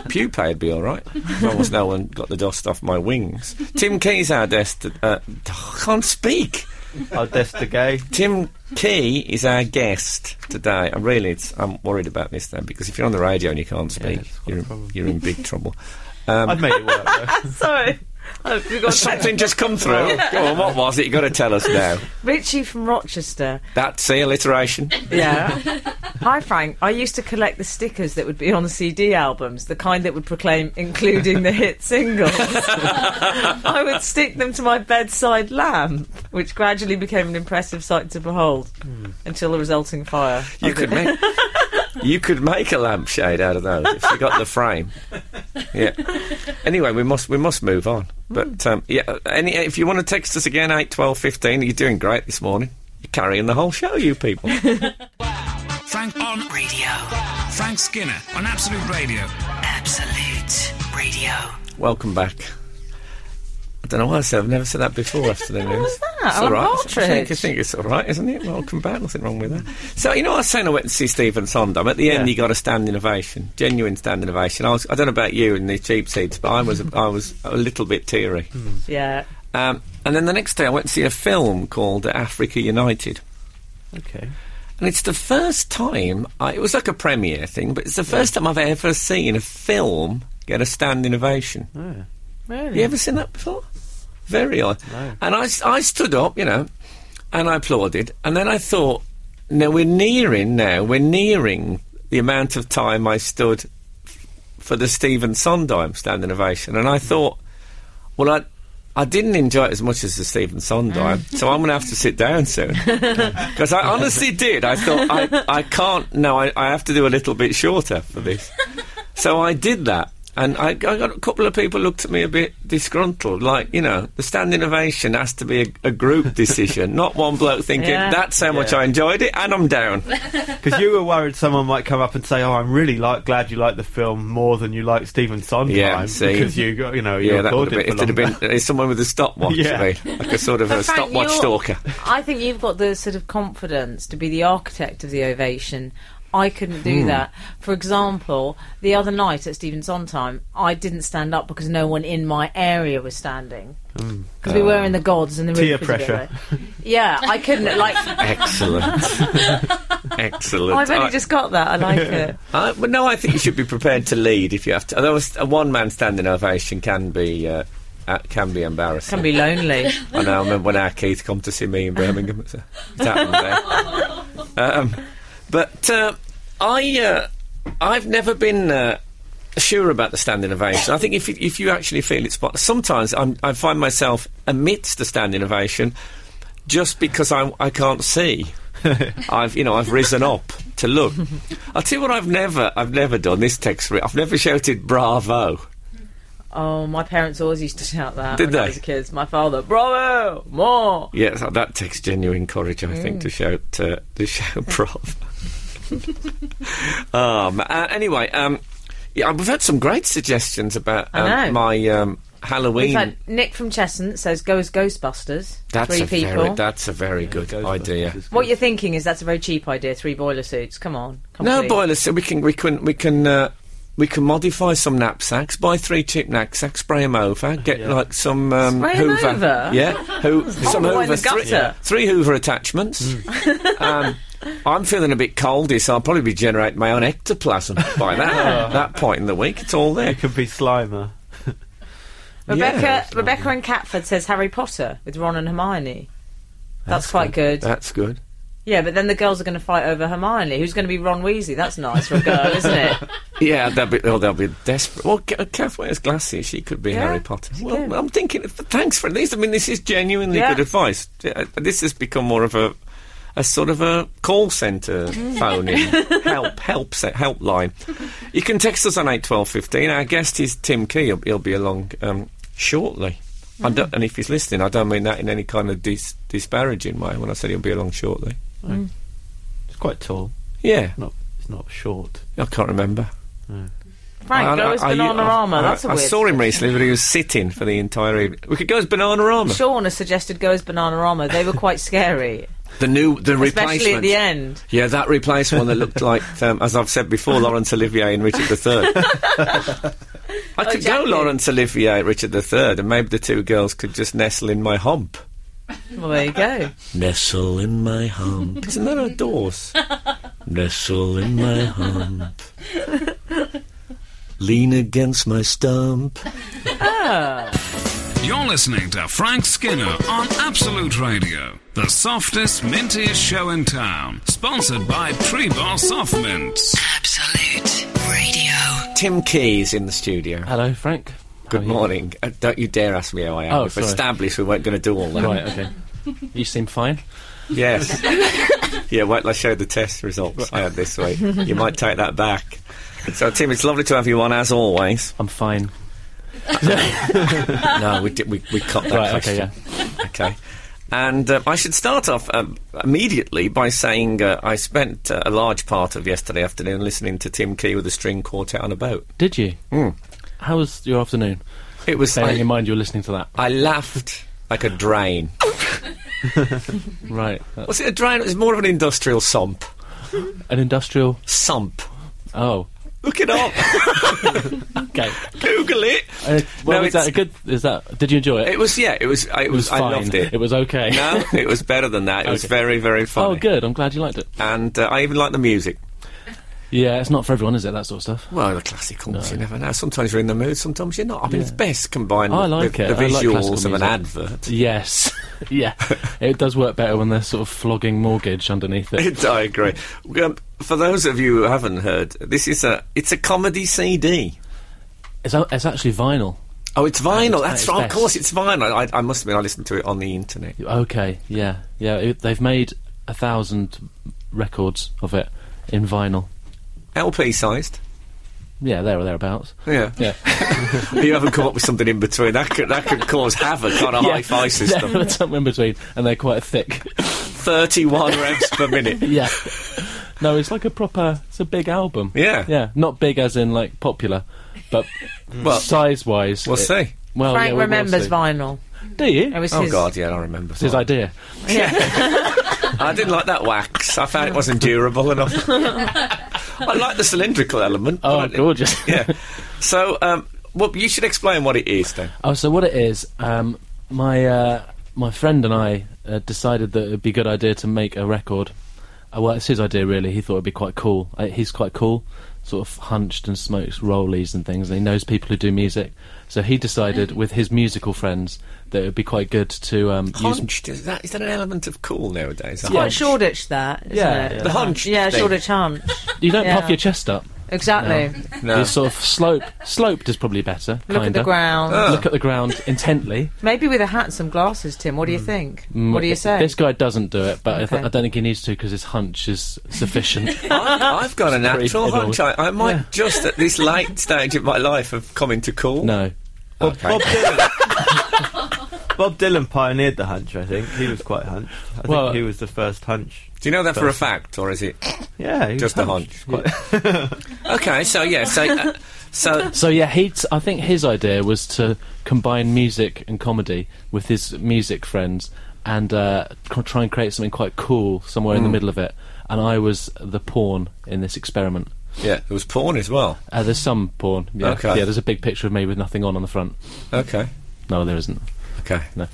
Pupae would be all right. As long as no one got the dust off my wings. Tim Key's our guest. Uh, I can't speak.
I'll dest the gay.
Tim Key is our guest today. I'm really, it's, I'm worried about this though because if you're on the radio and you can't speak,
that's quite
you're,
a
in,
problem.
you're in big trouble. Um,
I'd make it work. Though.
Sorry. Oh, we've got
Something just come through. Go on, what was it? You've got to tell us now.
Richie from Rochester.
That's the alliteration.
Yeah. Hi, Frank. I used to collect the stickers that would be on CD albums, the kind that would proclaim including the hit singles. I would stick them to my bedside lamp, which gradually became an impressive sight to behold until the resulting fire.
You could make you could make a lampshade out of those if you got the frame. Yeah. Anyway, we must we must move on. But um, yeah, uh, any if you want to text us again eight twelve fifteen, you're doing great this morning. You're carrying the whole show, you people.
Frank on
Radio.
Frank Skinner on Absolute Radio.
Absolute Radio.
Welcome back. I don't know why I said I've never said that before after the news. What was
that? Alan
I think, I
Partridge.
think it's all right, isn't it? Welcome back. Nothing wrong with that. So you know, I was saying I went to see Stephen Sondheim. At the end,
Yeah.
he got a standing ovation, genuine standing ovation. I was—I don't know about you and the cheap seats, but I was—I was a little bit teary.
Yeah.
Um, and then the next day, I went to see a film called Africa United.
Okay.
And it's the first time, I, it was like a premiere thing, but it's the first time I've ever seen a film get a standing ovation.
Really?
You ever seen that before? Very odd. And I, s- I stood up, you know, and I applauded. And then I thought, now we're nearing now, we're nearing the amount of time I stood f- for the Stephen Sondheim standing ovation. And I thought, well, I, I didn't enjoy it as much as the Stephen Sondheim,
Mm.
so I'm going to have to sit down soon. Because I honestly did. I thought, I, I can't, no, I, I have to do a little bit shorter for this. So I did that. And I, I got a couple of people looked at me a bit disgruntled, like you know, the standing ovation has to be a, a group decision, not one bloke thinking
Yeah.
that's how much
Yeah.
I enjoyed it and I'm down.
Because you were worried someone might come up and say, "Oh, I'm really like glad you like the film more than you like Stephen Sondheim."
Yeah, see.
because you got you know you
yeah, that would have been.
applauded for
If there'd have
longer.
been it's someone with a stopwatch,
Yeah.
I mean, like a sort of
But
a
Frank,
stopwatch
you're-
stalker.
I think you've got the sort of confidence to be the architect of the ovation. I couldn't do
Hmm.
that. For example, the other night at Stephen Sondheim, I didn't stand up because no one in my area was standing.
Hmm.
Because we were in
Oh.
the gods and the
Peer
roof was a bit
pressure.
low. Yeah, I couldn't. Like,
Excellent, excellent.
I've only
I-
just got that. I like it.
I, Uh, but no, I think you should be prepared to lead if you have to. Although a s- a one-man standing ovation can be uh, uh, can be embarrassing.
Can be lonely.
I know. I remember when our Keith come to see me in Birmingham. It's, uh, it's happened there. Um, but uh, I, uh, I've never been uh, sure about the standing ovation. I think if you- if you actually feel it's spot, sometimes I'm, I find myself amidst the standing ovation, just because I I can't see. I've you know I've risen up to look. I'll tell you what I've never I've never done this text. re- I've never shouted bravo.
Oh, my parents always used to shout that
Did
when
they?
I was a kid. My father, bravo, more.
Yes, oh, that takes genuine courage, I think,
Mm.
to shout uh, to shout "Bravo." um, uh, anyway, um, yeah, we've had some great suggestions about
I
um,
know.
my um, Halloween.
In fact, Nick from Chesson says, go as Ghostbusters.
that's
three
a
people.
very that's a very good idea.
What you're thinking is that's a very cheap idea. Three boiler suits. Come on. Come
No
on,
boiler, so we can we can we can. Uh, we can modify some knapsacks, buy three cheap knapsacks, spray them over, get like some um,
Spray 'em
Hoover,
over?
yeah, who, some
Oh, in
Hoover,
the
three,
gutter.
three Hoover attachments. um, I'm feeling a bit coldy, so I'll probably be generating my own ectoplasm by that that point in the week. It's all there.
It could be Slimer.
Rebecca
Yeah, that's
Rebecca in Catford says Harry Potter with Ron and Hermione. That's, quite good.
That's good.
Yeah, but then the girls are going to fight over Hermione. Who's going to be Ron Weasley? That's nice for a girl, isn't it?
Yeah, they'll be oh, they'll be desperate. Well, Ca- Kath wears glasses. She could be
Yeah,
Harry Potter.
she
Well,
could.
I'm thinking. Thanks for this. I mean, this is genuinely
Yeah.
good advice. Uh, This has become more of a a sort of a call centre
Mm.
phone in help help se- helpline. You can text us on eight twelve fifteen. Our guest is Tim Key. He'll, he'll be along um, shortly. I
Mm.
don't, and if he's listening, I don't mean that in any kind of dis- disparaging way when I said he'll be along shortly.
It's quite tall.
Yeah,
Not. It's not short.
I can't remember.
Frank,
I-
go as
I- I-
Bananarama.
I-
That's a
I
weird.
saw him recently, but he was sitting for the entire evening. We could go as Bananarama.
Sean has suggested go as Bananarama. They were quite scary,
The new, the
especially
replacement.
at the end.
Yeah, that replaced one that looked like, um, as I've said before, Laurence Olivier and Richard III. I could go
Oh, Jackie.
Laurence Olivier, Richard III, and maybe the two girls could just nestle in my hump.
Well, there you
Oh,
go.
Nestle in my hump. Isn't that outdoors? Nestle in my hump. Lean against my stump.
You're listening to Frank Skinner on Absolute Radio, the softest, mintiest show in town. Sponsored by Tree Bar Soft Mints.
Absolute Radio.
Tim Key's in the studio.
Hello, Frank. How are
Good
you?
morning. Uh, don't you dare ask me how I am.
Oh,
We've
sorry.
established we weren't going to do all that.
Right, okay. You seem fine.
Yes. yeah, wait till I show the test results I had this week. You might take that back. So, Tim, it's lovely to have you on, as always.
I'm fine.
No, we, did, we, we cut that
Right, okay,
question.
yeah.
okay. And uh, I should start off um, immediately by saying uh, I spent uh, a large part of yesterday afternoon listening to Tim Key with a string quartet on a boat.
Did you? How was your afternoon?
It was.
Bearing Hmm. in
I,
mind you're listening to that.
I laughed like a drain.
Right. that's
Was it a drain? It was more of an industrial sump.
an industrial.
Sump.
Oh.
Look it up.
Okay.
Google it.
Uh, well,
No,
is
it's-
that a good. Is that. Did you enjoy it?
It was yeah. It was. I- It was. I
fine.
loved it.
It was okay.
no, it was better than that. It was
Okay.
very, very funny.
oh, good. I'm glad you liked it.
And uh, I even like the music.
Yeah, it's not for everyone, is it? That sort of stuff.
Well, the classicals, you never know. Sometimes you're in the mood, sometimes you're not. I mean, it's best combined
I
with-
like
with the
it. I like
visuals
classical
of an
music.
advert.
Yes. yeah. It does work better when there's sort of flogging mortgage underneath it.
I agree. Um, for those of you who haven't heard, this is a it's a comedy CD.
It's, a- it's actually vinyl.
Oh, it's vinyl.
it's-
That's
it's
right. Of
best.
course, it's vinyl. I, I must admit, I listened to it on the internet.
Okay. Yeah. Yeah. It, they've made a thousand records of it in vinyl.
LP sized.
Yeah, there or thereabouts.
Yeah.
Yeah.
you haven't come up with something in between. That could, that could cause havoc on a
yeah.
high fi system.
Yeah, something in between, and they're quite thick.
31 revs per minute.
yeah. No, it's like a proper. It's a big album.
Yeah.
Yeah, not big as in like popular, but
Well,
size-wise.
we'll
it-
see.
Well, yeah,
Frank
we will
remembers
see.
vinyl.
Do you?
It was
Oh,
his,
God, yeah, I remember.
It's his
that.
idea.
I didn't like that wax. I found it wasn't durable enough. I like the cylindrical element.
Oh,
but I-
gorgeous.
Yeah. So, um, well, you should explain what it is then.
Oh, so what it is? Um, my uh, my friend and I uh, decided that it'd be a good idea to make a record. Uh, well, it's his idea really. He thought it'd be quite cool. Uh, he's quite cool, sort of hunched and smokes rollies and things. And he knows people who do music, so he decided with his musical friends that it would be quite good to um, use.
Hunched. Is that, is that an element of cool nowadays?
Quite Shoreditch, that. Isn't
Yeah,
it?
The hunched
Yeah,
thing.
Shoreditch hunch.
You don't
Yeah.
puff your chest up.
Exactly.
No.
You sort of slope. Sloped is probably better.
Look at
kinda.
the ground.
Look at the ground intently.
Maybe with a hat and some glasses, Tim. What do you think?
Mm,
What do you say?
This guy doesn't do it, but I, th-
Okay.
I don't think he needs to because his hunch is sufficient.
I've, I've got a natural
pretty
hunch. I, I might just at this late stage of my life have come into cool.
no.
Bob,
Okay.
Bob Dylan. Bob Dylan pioneered the hunch. I think he was quite hunched. I
Well-
think he was the first hunch.
Do you know that for a fact, or is it
Yeah, he was
just a
hunched.
hunch? okay, so yeah, so uh, so
So yeah, he. T- I think his idea was to combine music and comedy with his music friends and uh, c- try and create something quite cool somewhere
Hmm.
in the middle of it. And I was the pawn in this experiment.
yeah, there was porn as well.
Uh, there's some pawn. Yeah.
Okay.
yeah, there's a big picture of me with nothing on on the front.
Okay,
No, there isn't.
okay.
No.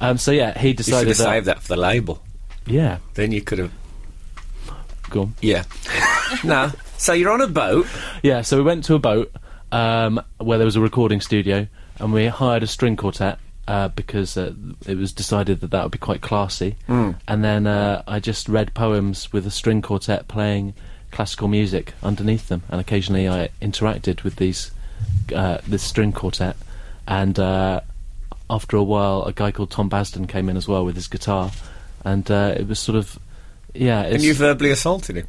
Um, so yeah, he
You should
decided
have
that.
saved that for the label.
Yeah,
Then you could have.
go on.
Yeah. no. So you're on a boat.
Yeah, so we went to a boat um, where there was a recording studio, and we hired a string quartet uh, because uh, it was decided that that would be quite classy.
Hmm.
And then uh, I just read poems with a string quartet playing classical music underneath them, and occasionally I interacted with these uh, this string quartet. And uh, after a while, a guy called Tom Basden came in as well with his guitar, and uh, it was sort of yeah.
And
it's-
you verbally assaulted him.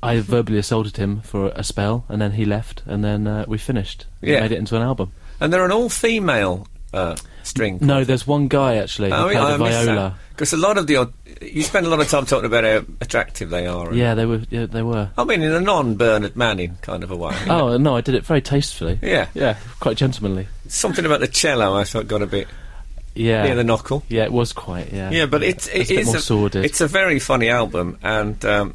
I verbally assaulted him for a spell, and then he left, and then uh, we finished. We
Yeah.
made it into an album.
And they're an all-female uh, string.
No, there's one guy actually. who
Oh,
played
yeah,
the
I missed
viola.
Because a lot of the you spend a lot of time talking about how attractive they are. and-
Yeah, they were. Yeah, they were.
I mean, in a non-Bernard Manning kind of a way.
Oh no, I did it very tastefully.
Yeah.
yeah, quite gentlemanly.
Something about the cello I thought got a bit
Yeah,
near the knuckle.
yeah, it was quite. Yeah,
Yeah, but it's it
It's a bit
is
more
a,
sordid.
it's a very funny album, and um,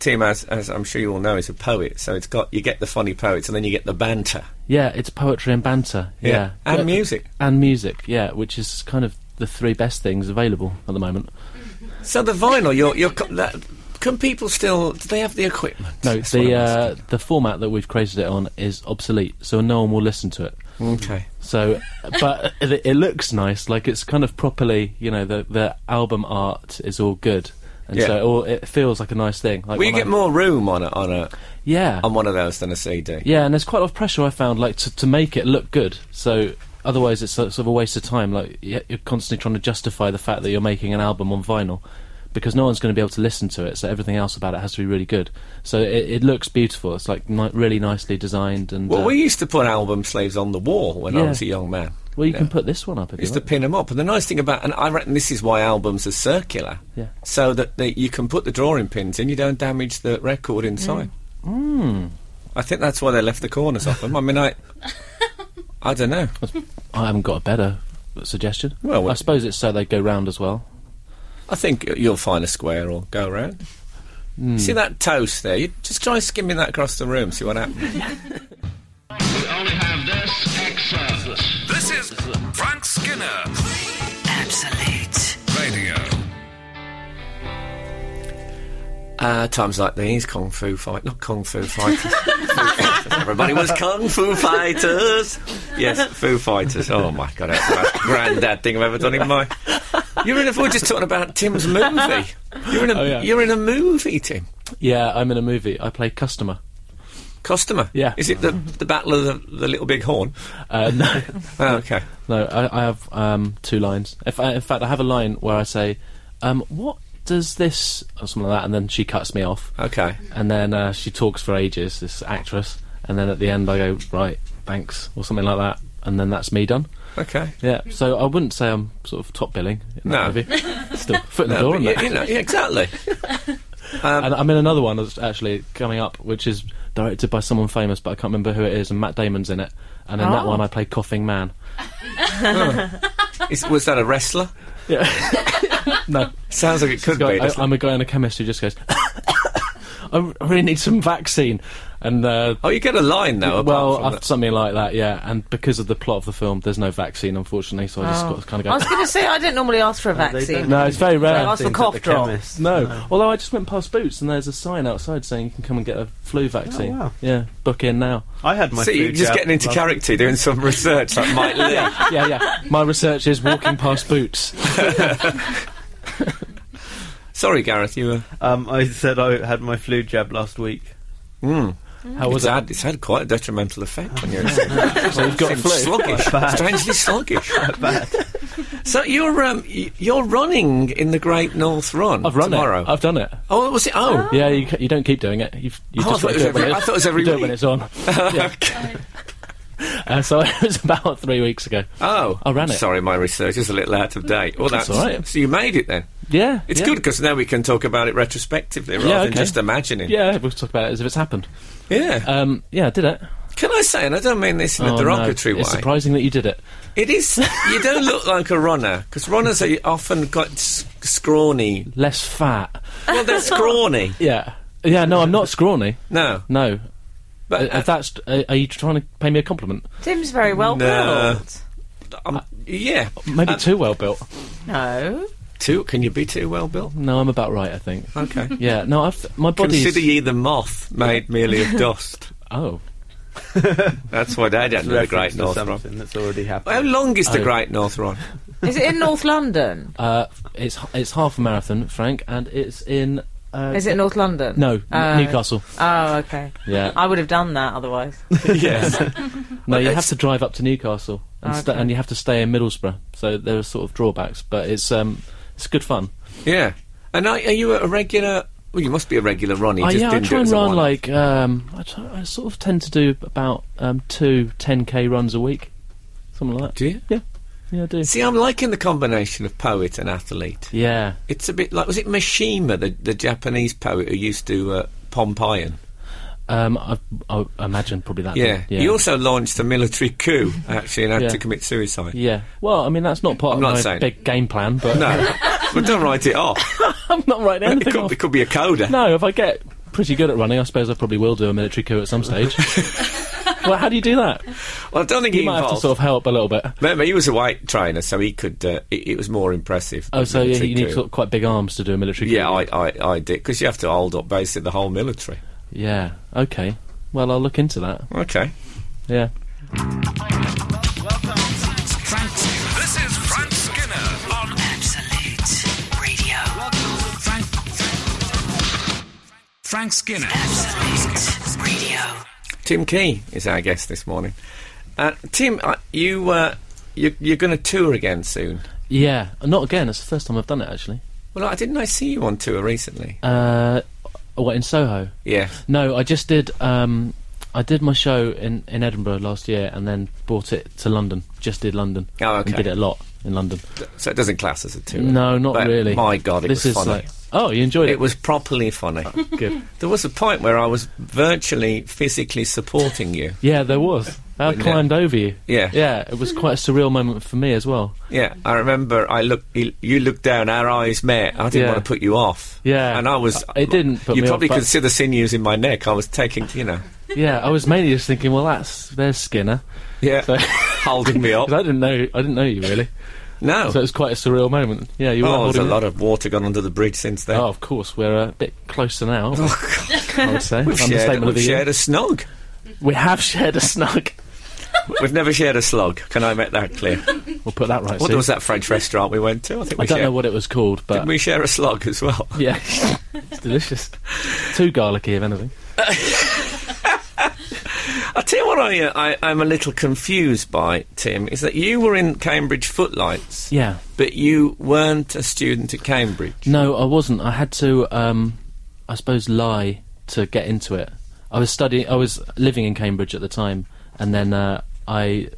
Tim, as, as I'm sure you all know, is a poet. So it's got you get the funny poets, and then you get the banter.
yeah, it's poetry and banter. Yeah,
and
But-
music.
and music. Yeah, which is kind of the three best things available at the moment.
So the vinyl, you're you're co- that, can people still do they have the equipment?
No,
That's what
the
I'm
uh, the format that we've created it on is obsolete, so no one will listen to it.
asking. okay.
So, but it, it looks nice. Like it's kind of properly, you know, the the album art is all good, and
Yeah.
so it, all, it feels like a nice thing. Like
Well, you
when
get
I-
more room on a on a
yeah,
on one of those than a CD.
yeah. And there's quite a lot of pressure I found, like to, to make it look good. So otherwise, it's sort sort of a waste of time. Like y- you're constantly trying to justify the fact that you're making an album on vinyl. Because no one's going to be able to listen to it, so everything else about it has to be really good. So it, it looks beautiful. It's like ni- really nicely designed, and
Well,
uh,
we used to put album sleeves on the wall when I
Yeah.
was a young man.
well, you
Yeah.
can put this one up if
Is
you
to
like.
pin them up, and the nice thing about, and I reckon this is why albums are circular,
Yeah.
so that they, you can put the drawing pins in, you don't damage the record inside.
Hmm.
I think that's why they left the corners off them. I mean, I, I don't know.
I haven't got a better suggestion.
Well, we-
I suppose it's so they go round as well.
I think y- you'll find a square or go around. See that toast there? You just try skimming that across the room, see what happens.
This is Frank Skinner
Absolute.
Radio.
uh, times like these, Kung Fu Fight, not Kung Fu Fighters. Foo Fighters, Everybody was Kung Fu Fighters. Yes, Foo Fighters. Oh my god, that's the most granddad thing I've ever done in my. You're in a. We're just talking about Tim's movie. You're in a.
Oh, yeah.
You're in a movie, Tim.
Yeah, I'm in a movie. I play customer.
Customer.
Yeah.
Is it the the Battle of the, the Little Big Horn?
Uh, no,
Oh, okay.
no. I, I have um, two lines. If I, in fact, I have a line where I say, um, "What does this?" or something like that, and then she cuts me off.
Okay.
And then uh, she talks for ages. This actress, and then at the end I go right, thanks, or something like that, and then that's me done.
Okay.
Yeah, so I wouldn't say I'm sort of top billing in
No.
that movie. Still foot in the door
but
on
you-
that.
you know, yeah, exactly.
And I'm in another one that's actually coming up, which is directed by someone famous, but I can't remember who it is, and Matt Damon's in it. And in that
Oh.
one, I play Coughing Man.
Is, was that a wrestler?
Yeah. no,
Sounds like it could
guy-
be.
I,
doesn't
I'm a guy and a chemist who just goes, I really need some vaccine. And, uh,
it? oh, you get a line though.
well,
apart
uh, something like that, yeah. And because of the plot of the film, there's no vaccine, unfortunately, so I just got to kind
Oh. I
of
was
go.
going to say I didn't normally ask for a
They
vaccine.
don't
No,
do
it's very
these
rare.
bad
Ask for
things at
cough
the
drop.
chemist.
No, although I just went past Boots and there's a sign outside saying you can come and get a
Oh,
flu vaccine.
wow.
Yeah, book in now.
I had
that.
my.
See,
food
you're just
jab
getting into
last-
character, doing some research like Mike Lee.
yeah, yeah. My research is walking past Boots.
Sorry, Gareth, you were.
Um, I said I had my flu jab last week.
How was
It's
that?
had, it's had quite a detrimental effect on you.
So you've got a
Seems
flu.
sluggish, strangely sluggish. So you're um, y- you're running in the Great North Run
I've run
tomorrow.
it. I've done it.
oh, was it? Oh,
Yeah, you, ca- you don't keep doing it. You've, you
Oh, I
just
thought it was
do it when
every- I thought it was every
you do it when
week.
it's on. Yeah. Uh, so it was about three weeks ago.
oh,
I ran it.
Sorry, my research is a little out of date. Well, that's,
That's all right.
So you made it then.
Yeah,
It's
yeah.
good 'cause good because now we can talk about it retrospectively rather than
okay.
just imagining.
Yeah, we'll talk about it as if it's happened.
Yeah.
Um, yeah, I did it.
Can I say, and I don't mean this in a
Oh, no.
derogatory way.
It's surprising that you did it.
It is. You don't look like a runner because runners are often quite s- scrawny.
Less fat.
Well, they're scrawny.
Yeah. Yeah, no, I'm not scrawny.
No,
No.
but
Uh, if that's, uh, are you trying to pay me a compliment?
Tim's very well
No.
built.
um, yeah,
Maybe too well built.
No.
too. Can you be too well built?
No, I'm about right, I think.
Okay.
Yeah, no, I've, my body's...
Consider ye the moth made merely of dust.
Oh.
That's what I don't know the Great
Reference to
North Run.
something that's already happened.
How long is the
Oh.
Great North Run?
Is it in North London?
Uh, it's it's half a marathon, Frank, and it's in. Uh,
Is it North London?
No, N-
Oh.
Uh,
Newcastle.
Oh, okay.
Yeah.
I would have done that otherwise.
yes.
No, you have
it's- Oh,
to drive up to Newcastle, and, sta-
Okay.
and you have to stay in Middlesbrough. So there are sort of drawbacks, but it's um it's good fun.
Yeah. And are, are you a regular? Well, you must be a regular runner. You
I,
just
Oh, Uh, yeah, I
didn't do
try
it
and
as a
run
one.
like um I, try, I sort of tend to do about um two 10k runs a week, something like that.
Do you?
Yeah, yeah, I do.
See, I'm liking the combination of poet and athlete.
Yeah,
It's a bit like was it Mishima, the, the Japanese poet who used to uh, Pompeian?
um, I, I imagine probably that.
Yeah.
yeah.
He also launched a military coup actually and had
Yeah.
to commit suicide.
yeah. Well, I mean that's not part
I'm
of
not
my
saying-
big game plan, but
No, but don't write it off.
I'm not writing
It
anything
could,
off.
it could be a coda.
No, if I get pretty good at running, I suppose I probably will do a military coup at some stage. well, how do you do that?
Well, I don't think
You
he
might have to
involved.
sort of help a little bit.
Remember, he was a white trainer, so he could. Uh, it, it was more impressive.
Oh,
the
so yeah,
military
you need
coup.
sort of quite big arms to do a military coup.
Yeah, I, I, I did because you have to hold up basically the whole military.
Yeah. Okay. Well, I'll look into that.
Okay.
Yeah.
Frank Skinner. This is Frank Skinner on
Absolute Radio.
Frank. Frank Skinner.
Absolute Radio.
Tim Key is our guest this morning. Uh, Tim, uh, you uh, you you're going to tour again soon.
Yeah. Not again. It's the first time I've done it actually.
Well, I didn't I see you on tour recently?
Uh, what in Soho?
Yeah.
No, I just did. Um, I did my show in in Edinburgh last year, and then brought it to London. Just did London.
Oh, okay.
And did it a lot in London.
So it doesn't class as a tour.
No, not
But
really.
My God, it
this
was
is
funny.
like. Oh, you enjoyed it.
It was properly funny.
good.
there was a point where I was virtually physically supporting you.
Yeah, there was. I
Yeah.
climbed over you.
Yeah.
Yeah, it was quite a surreal moment for me as well.
Yeah, I remember. I look. You you looked down. Our eyes met. I didn't
Yeah.
want to put you off.
Yeah.
and I was.
Uh, it didn't put
you
me off,
probably
but-
could see the sinews in my neck. I was taking. You know.
Yeah, I was mainly just thinking, well, that's there's Skinner.
Yeah,
So-
holding me up.
'Cause I didn't know, I didn't know you really.
No.
So it was quite a surreal moment. Yeah, you were
Oh, there's
holding
a
me-
lot of water gone under the bridge since then.
Oh, of course, we're a bit closer now. I would say.
we've shared,
Understatement of
we've
the year.
shared a snog.
We have shared a snug.
we've never shared a slug. Can I make that clear?
We'll put that right.
What
Sue.
was that French restaurant we went to? I think we
I don't
shared.
know what it was called, but
Didn't we share a slug as well?
yeah, it's delicious. Too garlicky, if anything.
I tell you what, I, uh, I, I'm a little confused by Tim is that you were in Cambridge Footlights,
Yeah.
but you weren't a student at Cambridge.
No, I wasn't. I had to, um, I suppose, lie to get into it. I was studying. I was living in Cambridge at the time, and then uh, I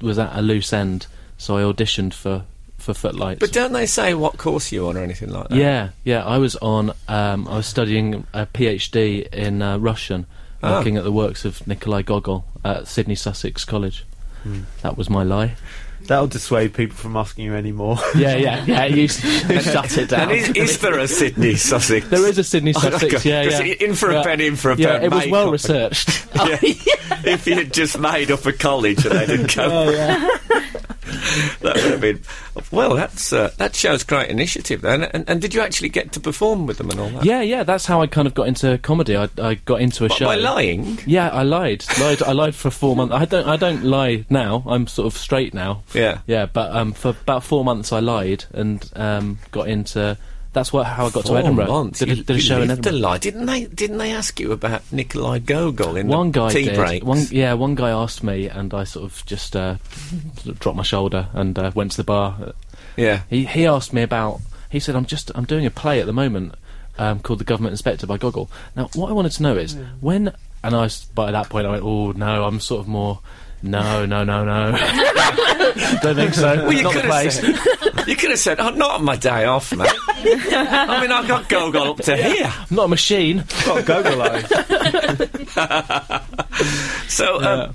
was at a loose end, so I auditioned for for Footlights.
But don't they say what course you're on or anything like that?
yeah, yeah. I was on. Um, I was studying a PhD in uh, Russian,
Ah.
looking at the works of Nikolai Gogol at Sydney Sussex College.
Hmm.
That was my lie.
That'll dissuade people from asking you anymore.
Yeah, yeah, yeah. You shut it
And is, is there a Sydney Sussex?
There is a Sydney
Oh,
Sussex,
okay.
yeah,
'Cause
yeah.
in for a
Yeah.
penny, in for a
yeah,
pound,
it was
mate,
well
company.
researched.
Yeah. if you had just made up a college and they didn't go, that would have been. Well, that's uh, that shows great initiative. Then, and, and did you actually get to perform with them and all that?
yeah, yeah. That's how I kind of got into comedy. I, I got into a
But
show.
by lying.
Yeah, I lied. lied. I lied for four months. I don't. I don't lie now. I'm sort of straight now.
Yeah.
Yeah, but um, for about four months I lied and um, got into. That's what how I got
Four
to Edinburgh.
Months.
Did,
you,
a, did a
you
show in
lived a
Edinburgh.
lie. Didn't they? Didn't they ask you about Nikolai Gogol in
one
the
guy
tea
did.
breaks?
One, yeah, one guy asked me, and I sort of just uh, sort of dropped my shoulder and uh, went to the bar.
yeah.
He he asked me about. He said, "I'm just I'm doing a play at the moment um, called The Government Inspector by Gogol." Now, what I wanted to know
Hmm.
is when. And I s- by that point I went, "Oh no, I'm sort of more." No, no, no, no. Don't think so.
Well, you
Not the
could have
place.
said. You could have said, "Oh, not on my day off, mate." I mean, I got Gogol up to here.
I'm not a machine.
Oh,
Got Google eyes.
So, um,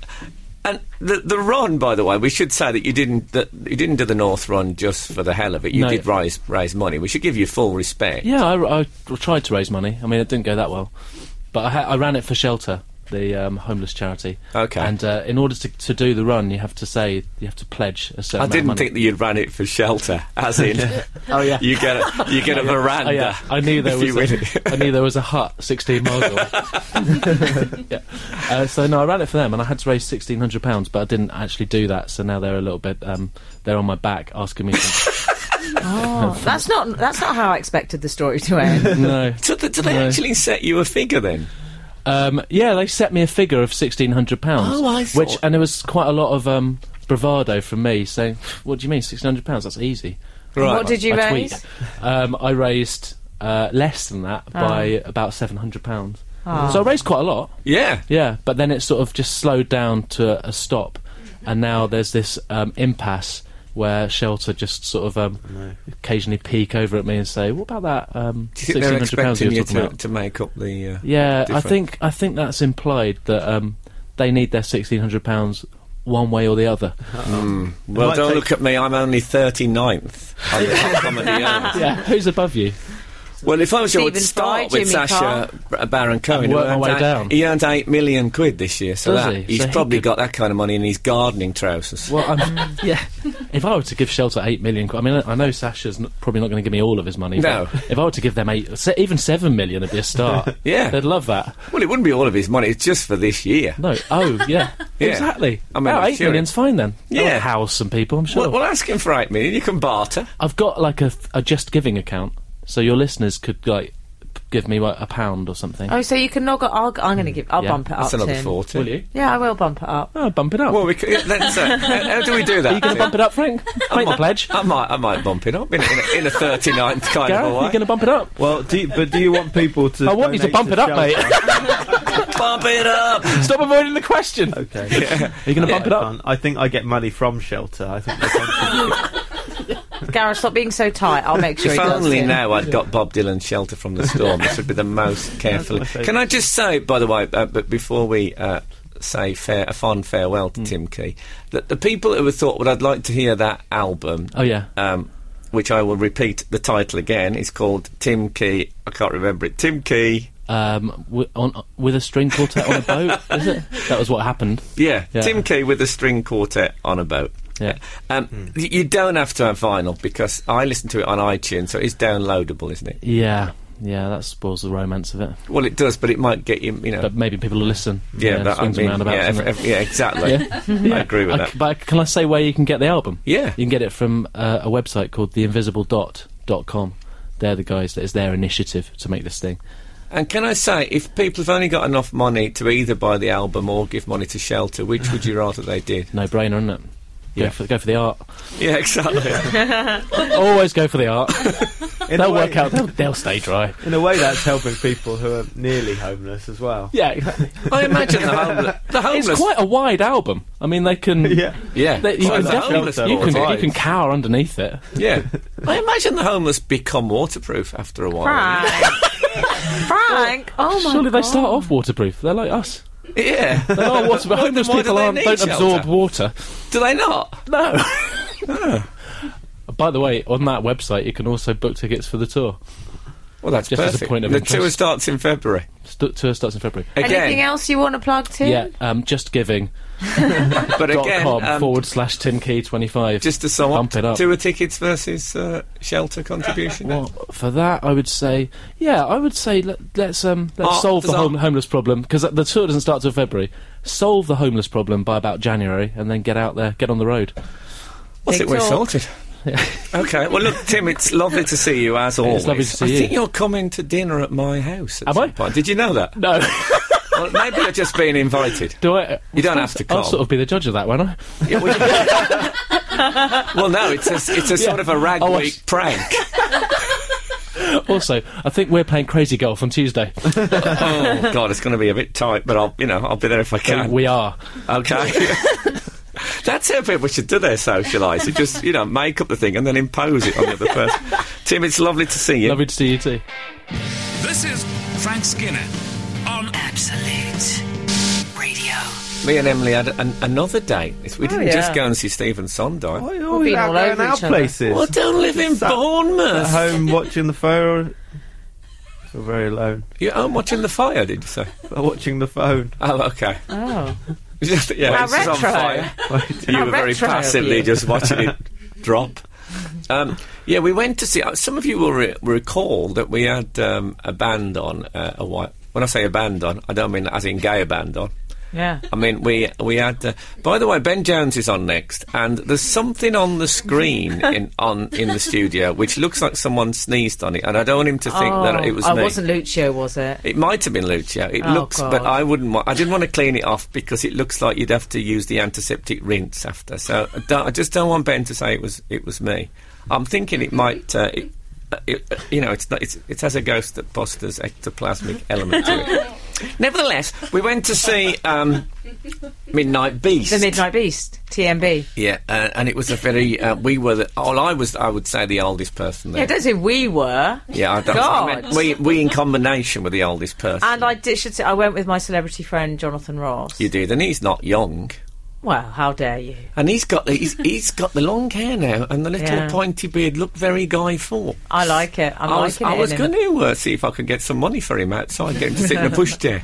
and the the run, by the way, we should say that you didn't that you didn't do the North Run just for the hell of it. You
No.
did raise raise money. We should give you full respect.
Yeah, I, I tried to raise money. I mean, it didn't go that well, but I, ha- I ran it for Shelter, the um, homeless charity.
Okay.
And uh, in order to, to do the run, you have to say you have to pledge a certain.
I
amount
didn't
of money.
think that you'd ran it for shelter, as in,
Oh, yeah.
you get a, you get a veranda.
Oh, yeah, I knew there
if you
was.
win
A, I knew there was a hut sixteen miles away. yeah. Uh, so no, I ran it for them, and I had to raise sixteen hundred pounds, but I didn't actually do that. So now they're a little bit. Um, they're on my back asking me. For,
Oh, that's not that's not how I expected the story to end.
no.
So th- do they
No.
actually set you a figure then?
Um, yeah, they set me a figure of sixteen hundred pounds.
Oh, I thought-
Which and it was quite a lot of um, bravado from me saying, "What do you mean sixteen hundred pounds? That's easy."
What did you
I tweet.
raise?
Um, I raised uh, less than that by
Ah.
about seven hundred pounds. So I raised quite a lot.
Yeah.
Yeah, but then it sort of just slowed down to a, a stop, and now there's this um, impasse where shelter just sort of um, occasionally peek over at me and say, "What about that um,
Do you think they're
sixteen hundred pounds you
expecting
were
you
talking
to,
about?"
to make up the? Uh,
Yeah,
difference?
I think I think that's implied that um, they need their sixteen hundred pounds one way or the other.
Well,
might
don't
take-
look at me. I'm only 39th. on the outcome of the earth.
yeah, who's above you?
Well, if I was you, I would
Stephen
start
Fry,
with
Jimmy
Sasha
Carr.
Br- Baron Cohen.
And
who
work my
earned
way
eight-
down.
He earned eight million quid this year, so
Does
that,
he?
he's
So he
probably
could-
got that kind of money in his gardening trousers.
Well, I'm, yeah. If I were to give shelter eight million, qu- I mean, I I know Sasha's n- probably not going to give me all of his money. but
No.
If I were to give them eight, se- even seven million, it'd be a start.
Yeah.
they'd love that.
Well, it wouldn't be all of his money. It's just for this year.
No. Oh, yeah.
Yeah.
Exactly.
I mean,
oh,
I'm
eight
sure
million's fine then. They'll
Yeah.
house some people, I'm sure.
Well, well, ask him for eight million. You can barter.
I've got like a, a just giving account, so your listeners could like p- give me like, a pound or something.
oh, so you can nog. I'll, I'm going to give. I'll
Yeah,
bump it up.
That's another
Tim.
forty.
Will you?
Yeah, I will bump it up.
Oh, bump it up.
Well, we c- let's. Uh, how, how do we do that?
Are you going
Tim?
to bump it up, Frank?
I
Make the
might-
pledge.
I might, I might bump it up in, a- in, a, in a 39th kind
Gareth,
of a
are
way.
you going to bump it up?
Well, do you, but do you want people to?
I want you to
donate
bump it up,
shelter?
mate.
bump it up.
Stop avoiding the question. Are
Okay.
you going to bump it up?
Can't- I think I get money from shelter. I think. they contribute.
Gareth, stop being so tight. I'll make sure he
If
does
only
it.
now I'd got Bob Dylan Shelter from the Storm. this would be the most carefully.
That's my
Can I just say, by the way, uh, but before we uh, say fair, a fond farewell to Tim Key, that the people who have thought, well, I'd like to hear that album.
Oh, yeah.
Um, which I will repeat the title again. It's called Tim Key. I can't remember it. Tim Key.
Um, w- on, with a string quartet on a boat, is it? That was what happened.
Yeah,
Yeah.
Tim Key with a string quartet on a boat.
Yeah.
Um, y- You don't have to have vinyl because I listen to it on iTunes, so it's downloadable, isn't it?
Yeah, yeah, that spoils the romance of it.
Well, it does, but it might get you, you know.
But maybe people will listen.
yeah, that, I
swings and
mean, yeah,
roundabouts,
ev-
isn't it?
ev- yeah, exactly. I agree with
I
that.
c- but can I say where you can get the album?
Yeah.
You can get it from uh, a website called theinvisibledot.com. They're the guys that is their initiative to make this thing.
And can I say, if people have only got enough money to either buy the album or give money to Shelter, which would you rather they did?
No brainer, isn't it? Go, for, go for the art.
Yeah, exactly.
Always go for the art.
In a
They'll
way-
work out. They'll, they'll stay dry.
In a way, that's helping people who are nearly homeless as well.
Yeah, exactly.
I imagine the homeless. The homeless.
It's quite a wide album. I mean, they can.
Yeah.
yeah,
They, you,
quite
can
the homeless
definitely, you,
sort of
can, you can
vibe.
cower underneath it.
Yeah, I imagine the homeless become waterproof after a while.
Frank. Frank. Oh my
Surely
god.
they start off waterproof. They're like us.
Yeah,
They are water, but homeless
why do
people
they
aren't,
need
don't
shelter?
absorb water.
do they not?
No. Ah. By the way, on that website, you can also book tickets for the tour.
Well, that's
Just as a
perfect.
point of
the
interest.
tour starts in February.
St- tour starts in February.
Anything
Again,
else you want to plug to?
Yeah, um, justgiving.com
but again, um,
forward slash Tim Key 25.
just to sum up,
Bump it up.
tour tickets versus uh, shelter contribution.
Well, for that, I would say, yeah, I would say let, let's um, let's
Art
solve the
does
home,
art-
homeless problem because the tour doesn't start till February. Solve the homeless problem by about January, and then get out there, get on the road.
What's
Big
it? We're
talk.
sorted. okay. Well, look, Tim, it's lovely to see you as always.
lovely to see
I
you.
think you're coming to dinner at my house. At
Am
some
I?
Point. Did you know that?
No,
well, maybe you're just being invited.
do I?
You don't have to
I'll
come.
sort of be the judge of that, won't I?
Yeah, well, you- well, no, it's a, it's a sort of a rag
Oh, I s-
week prank.
Also, I think we're playing crazy golf on Tuesday.
oh God, it's going to be a bit tight, but I'll you know I'll be there if I can.
we are.
okay. That's how people should do their socialise. You Just, you know, make up the thing and then impose it on the other person. Tim, it's lovely to see you.
Lovely to see you too.
This is Frank Skinner on
Absolute Radio.
Me and Emily had an, another date. It's- We didn't
Oh, yeah. Oh,
just go and see Stephen Sondheim.
Why are you
We've
always
been
out
all
going
over
out
each other.
places?
Well, don't live in
Just sat- At
Bournemouth.
Uh,
home watching the phone. Feel very alone.
You, I'm watching the fire, did you say?
But watching the phone.
Oh, okay.
Oh.
Just- yeah,
How
it's just on
retro.
fire. you
How
were very
retro of
passively
you.
just watching it drop. Um, yeah, we went to see. Uh, some of you will re- recall that we had um, a band on uh, a while. When I say a band on, I don't mean as in gay a band on.
Yeah.
I mean we we had. Uh, by the way, Ben Jones is on next, and there's something on the screen in on in the studio which looks like someone sneezed on it, and I don't want him to think that it was
Oh, I
me.
wasn't Lucio, was it?
It might have been Lucio. It
Oh,
looks, but
God.
I wouldn't. Wa- I didn't want to clean it off because it looks like you'd have to use the antiseptic rinse after. So I, don't- I just don't want Ben to say it was it was me. I'm thinking it might. Uh, it, uh, it, uh, you know, it's, not, it's it has a ghost that fosters ectoplasmic element to it. Nevertheless, we went to see um, Midnight Beast.
The Midnight Beast, TMB.
yeah, uh, and it was a very. Uh, we were. The, well, I was. I would say the oldest person
Yeah,
there.
don't say we were.
Yeah, I don't. I meant
God.
we we in combination were the oldest person.
And I did, should say, I went with my celebrity friend Jonathan Ross.
you did, and he's not young.
Well, how dare you?
And he's got the, he's, he's got the long hair now and the little
Yeah.
pointy beard. Look very Guy Fawkes.
I like it. I'm
I was,
liking
I
it.
was
in
going
him.
to uh, see if I could get some money for him outside, get him to sit in a pushchair.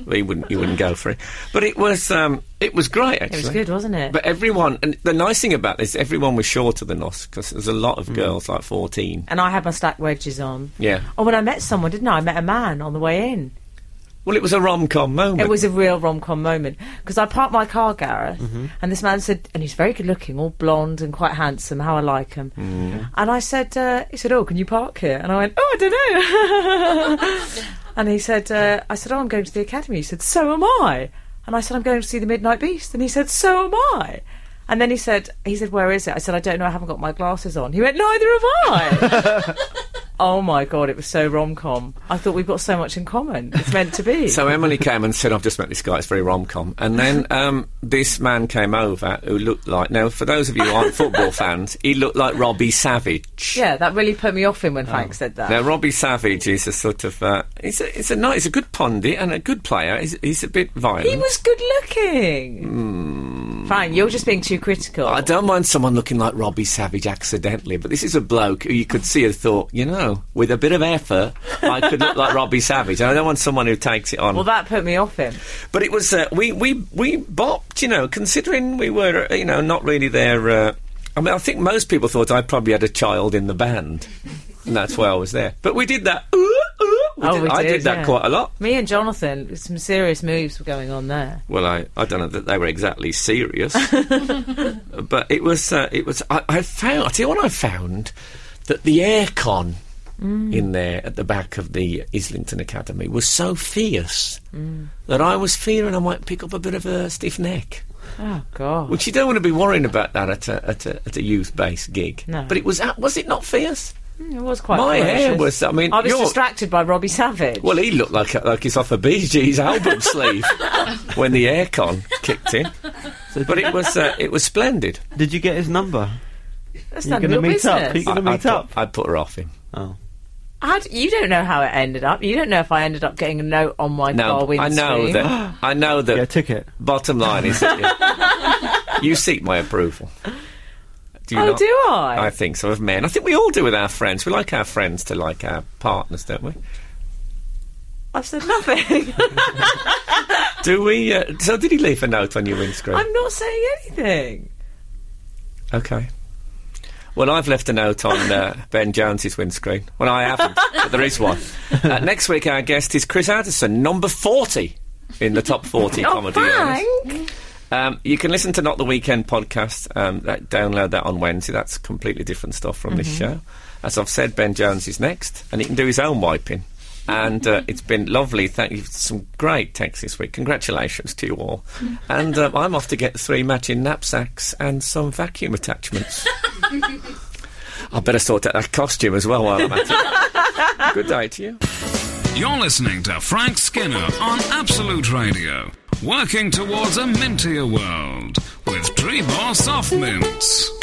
But he wouldn't. He wouldn't go for it. But it was um, it was great actually.
It was good, wasn't it?
But everyone, and the nice thing about this, everyone was shorter than us because there's a lot of
Mm.
girls like 14.
and I had my stack wedges on.
Yeah.
Oh, when I met someone, didn't I? I met a man on the way in.
Well, it was a rom com moment.
It was a real rom com moment because I parked my car, Gareth,
Mm-hmm.
and this man said, and he's very good looking, all blonde and quite handsome, how I like him.
Mm.
And I said, uh, he said, oh, can you park here? And I went, oh, I don't know. and he said, uh, I said, oh, I'm going to the academy. He said, so am I. And I said, I'm going to see the Midnight Beast. And he said, so am I. And then he said, he said, where is it? I said, I don't know. I haven't got my glasses on. He went, neither have I. oh my god, it was so rom com. I thought we've got so much in common. It's meant to be.
So Emily came and said, "I've just met this guy. It's very rom com." And then um, this man came over who looked like. Now, for those of you who aren't football fans, he looked like Robbie Savage.
Yeah, that really put me off him when Frank said that.
Now, Robbie Savage is a sort of uh, he's a he's a nice, he's a good pundit and a good player. He's, he's a bit violent.
He was good looking. Fine, you're just being too critical.
Hmm. I don't mind someone looking like Robbie Savage accidentally, but this is a bloke who you could see and thought, you know, with a bit of effort, I could look like Robbie Savage. And I don't want someone who takes it on.
well, that put me off him.
But it was uh, we we we bopped, you know, considering we were uh, you know not really there. Uh, I mean, I think most people thought I probably had a child in the band, and that's why I was there. But we did that. Ooh, ooh. We
Oh,
did,
we
I did
did,
that
yeah.
quite a lot.
Me and Jonathan, some serious moves were going on there.
Well, I, I don't know that they were exactly serious, but it was uh, it was I, I found I tell you what I found that the aircon
Mm.
in there at the back of the Islington
Mm.
Academy was so fierce that I was fearing I might pick up a bit of a stiff neck.
Oh God.
Which you don't want to be worrying about that at a, at a, at a youth based gig.
No.
But it was, at- was it not fierce?
Mm, it was quite.
My hair
ferocious.
was- I mean,
I was
you're-
distracted by Robbie Savage.
Well, he looked like like he's off a Bee Gees album sleeve when the aircon kicked in. But it was uh, it was splendid.
Did you get his number?
that's
you're
none of your
gonna meet up.
business.
You're gonna
I,
meet
I
up?
Put, I put her off him.
Oh.
How d- you don't know how it ended up. You don't know if I ended up getting a note on my car
No, I
windscreen.
know that. I know that.
Yeah, ticket.
Bottom line is, that you, you seek my approval. Do
Oh, do I?
I think so. Of men, I think we all do with our friends. We like our friends to like our partners, don't we?
I've said nothing.
Do we? Uh, so, did he leave a note on your windscreen?
I'm not saying anything.
Okay. Well, I've left a note on uh, Ben Jones's windscreen. Well, I haven't, but there is one. Uh, next week, our guest is Chris Addison, number 40 in the top 40
Oh,
comedy. earners.
Frank.
Um, you can listen to Not the Weekend podcast. Um, that, download that on Wednesday. That's completely different stuff from this show. As I've said, Ben Jones is next, and he can do his own wiping. And uh, it's been lovely. Thank you for some great texts this week. Congratulations to you all. And um, I'm off to get three matching knapsacks and some vacuum attachments. I better sort out that costume as well while I'm at it. Good day to you.
You're listening to Frank Skinner on Absolute Radio, working towards a mintier world with Dream or Soft Mints.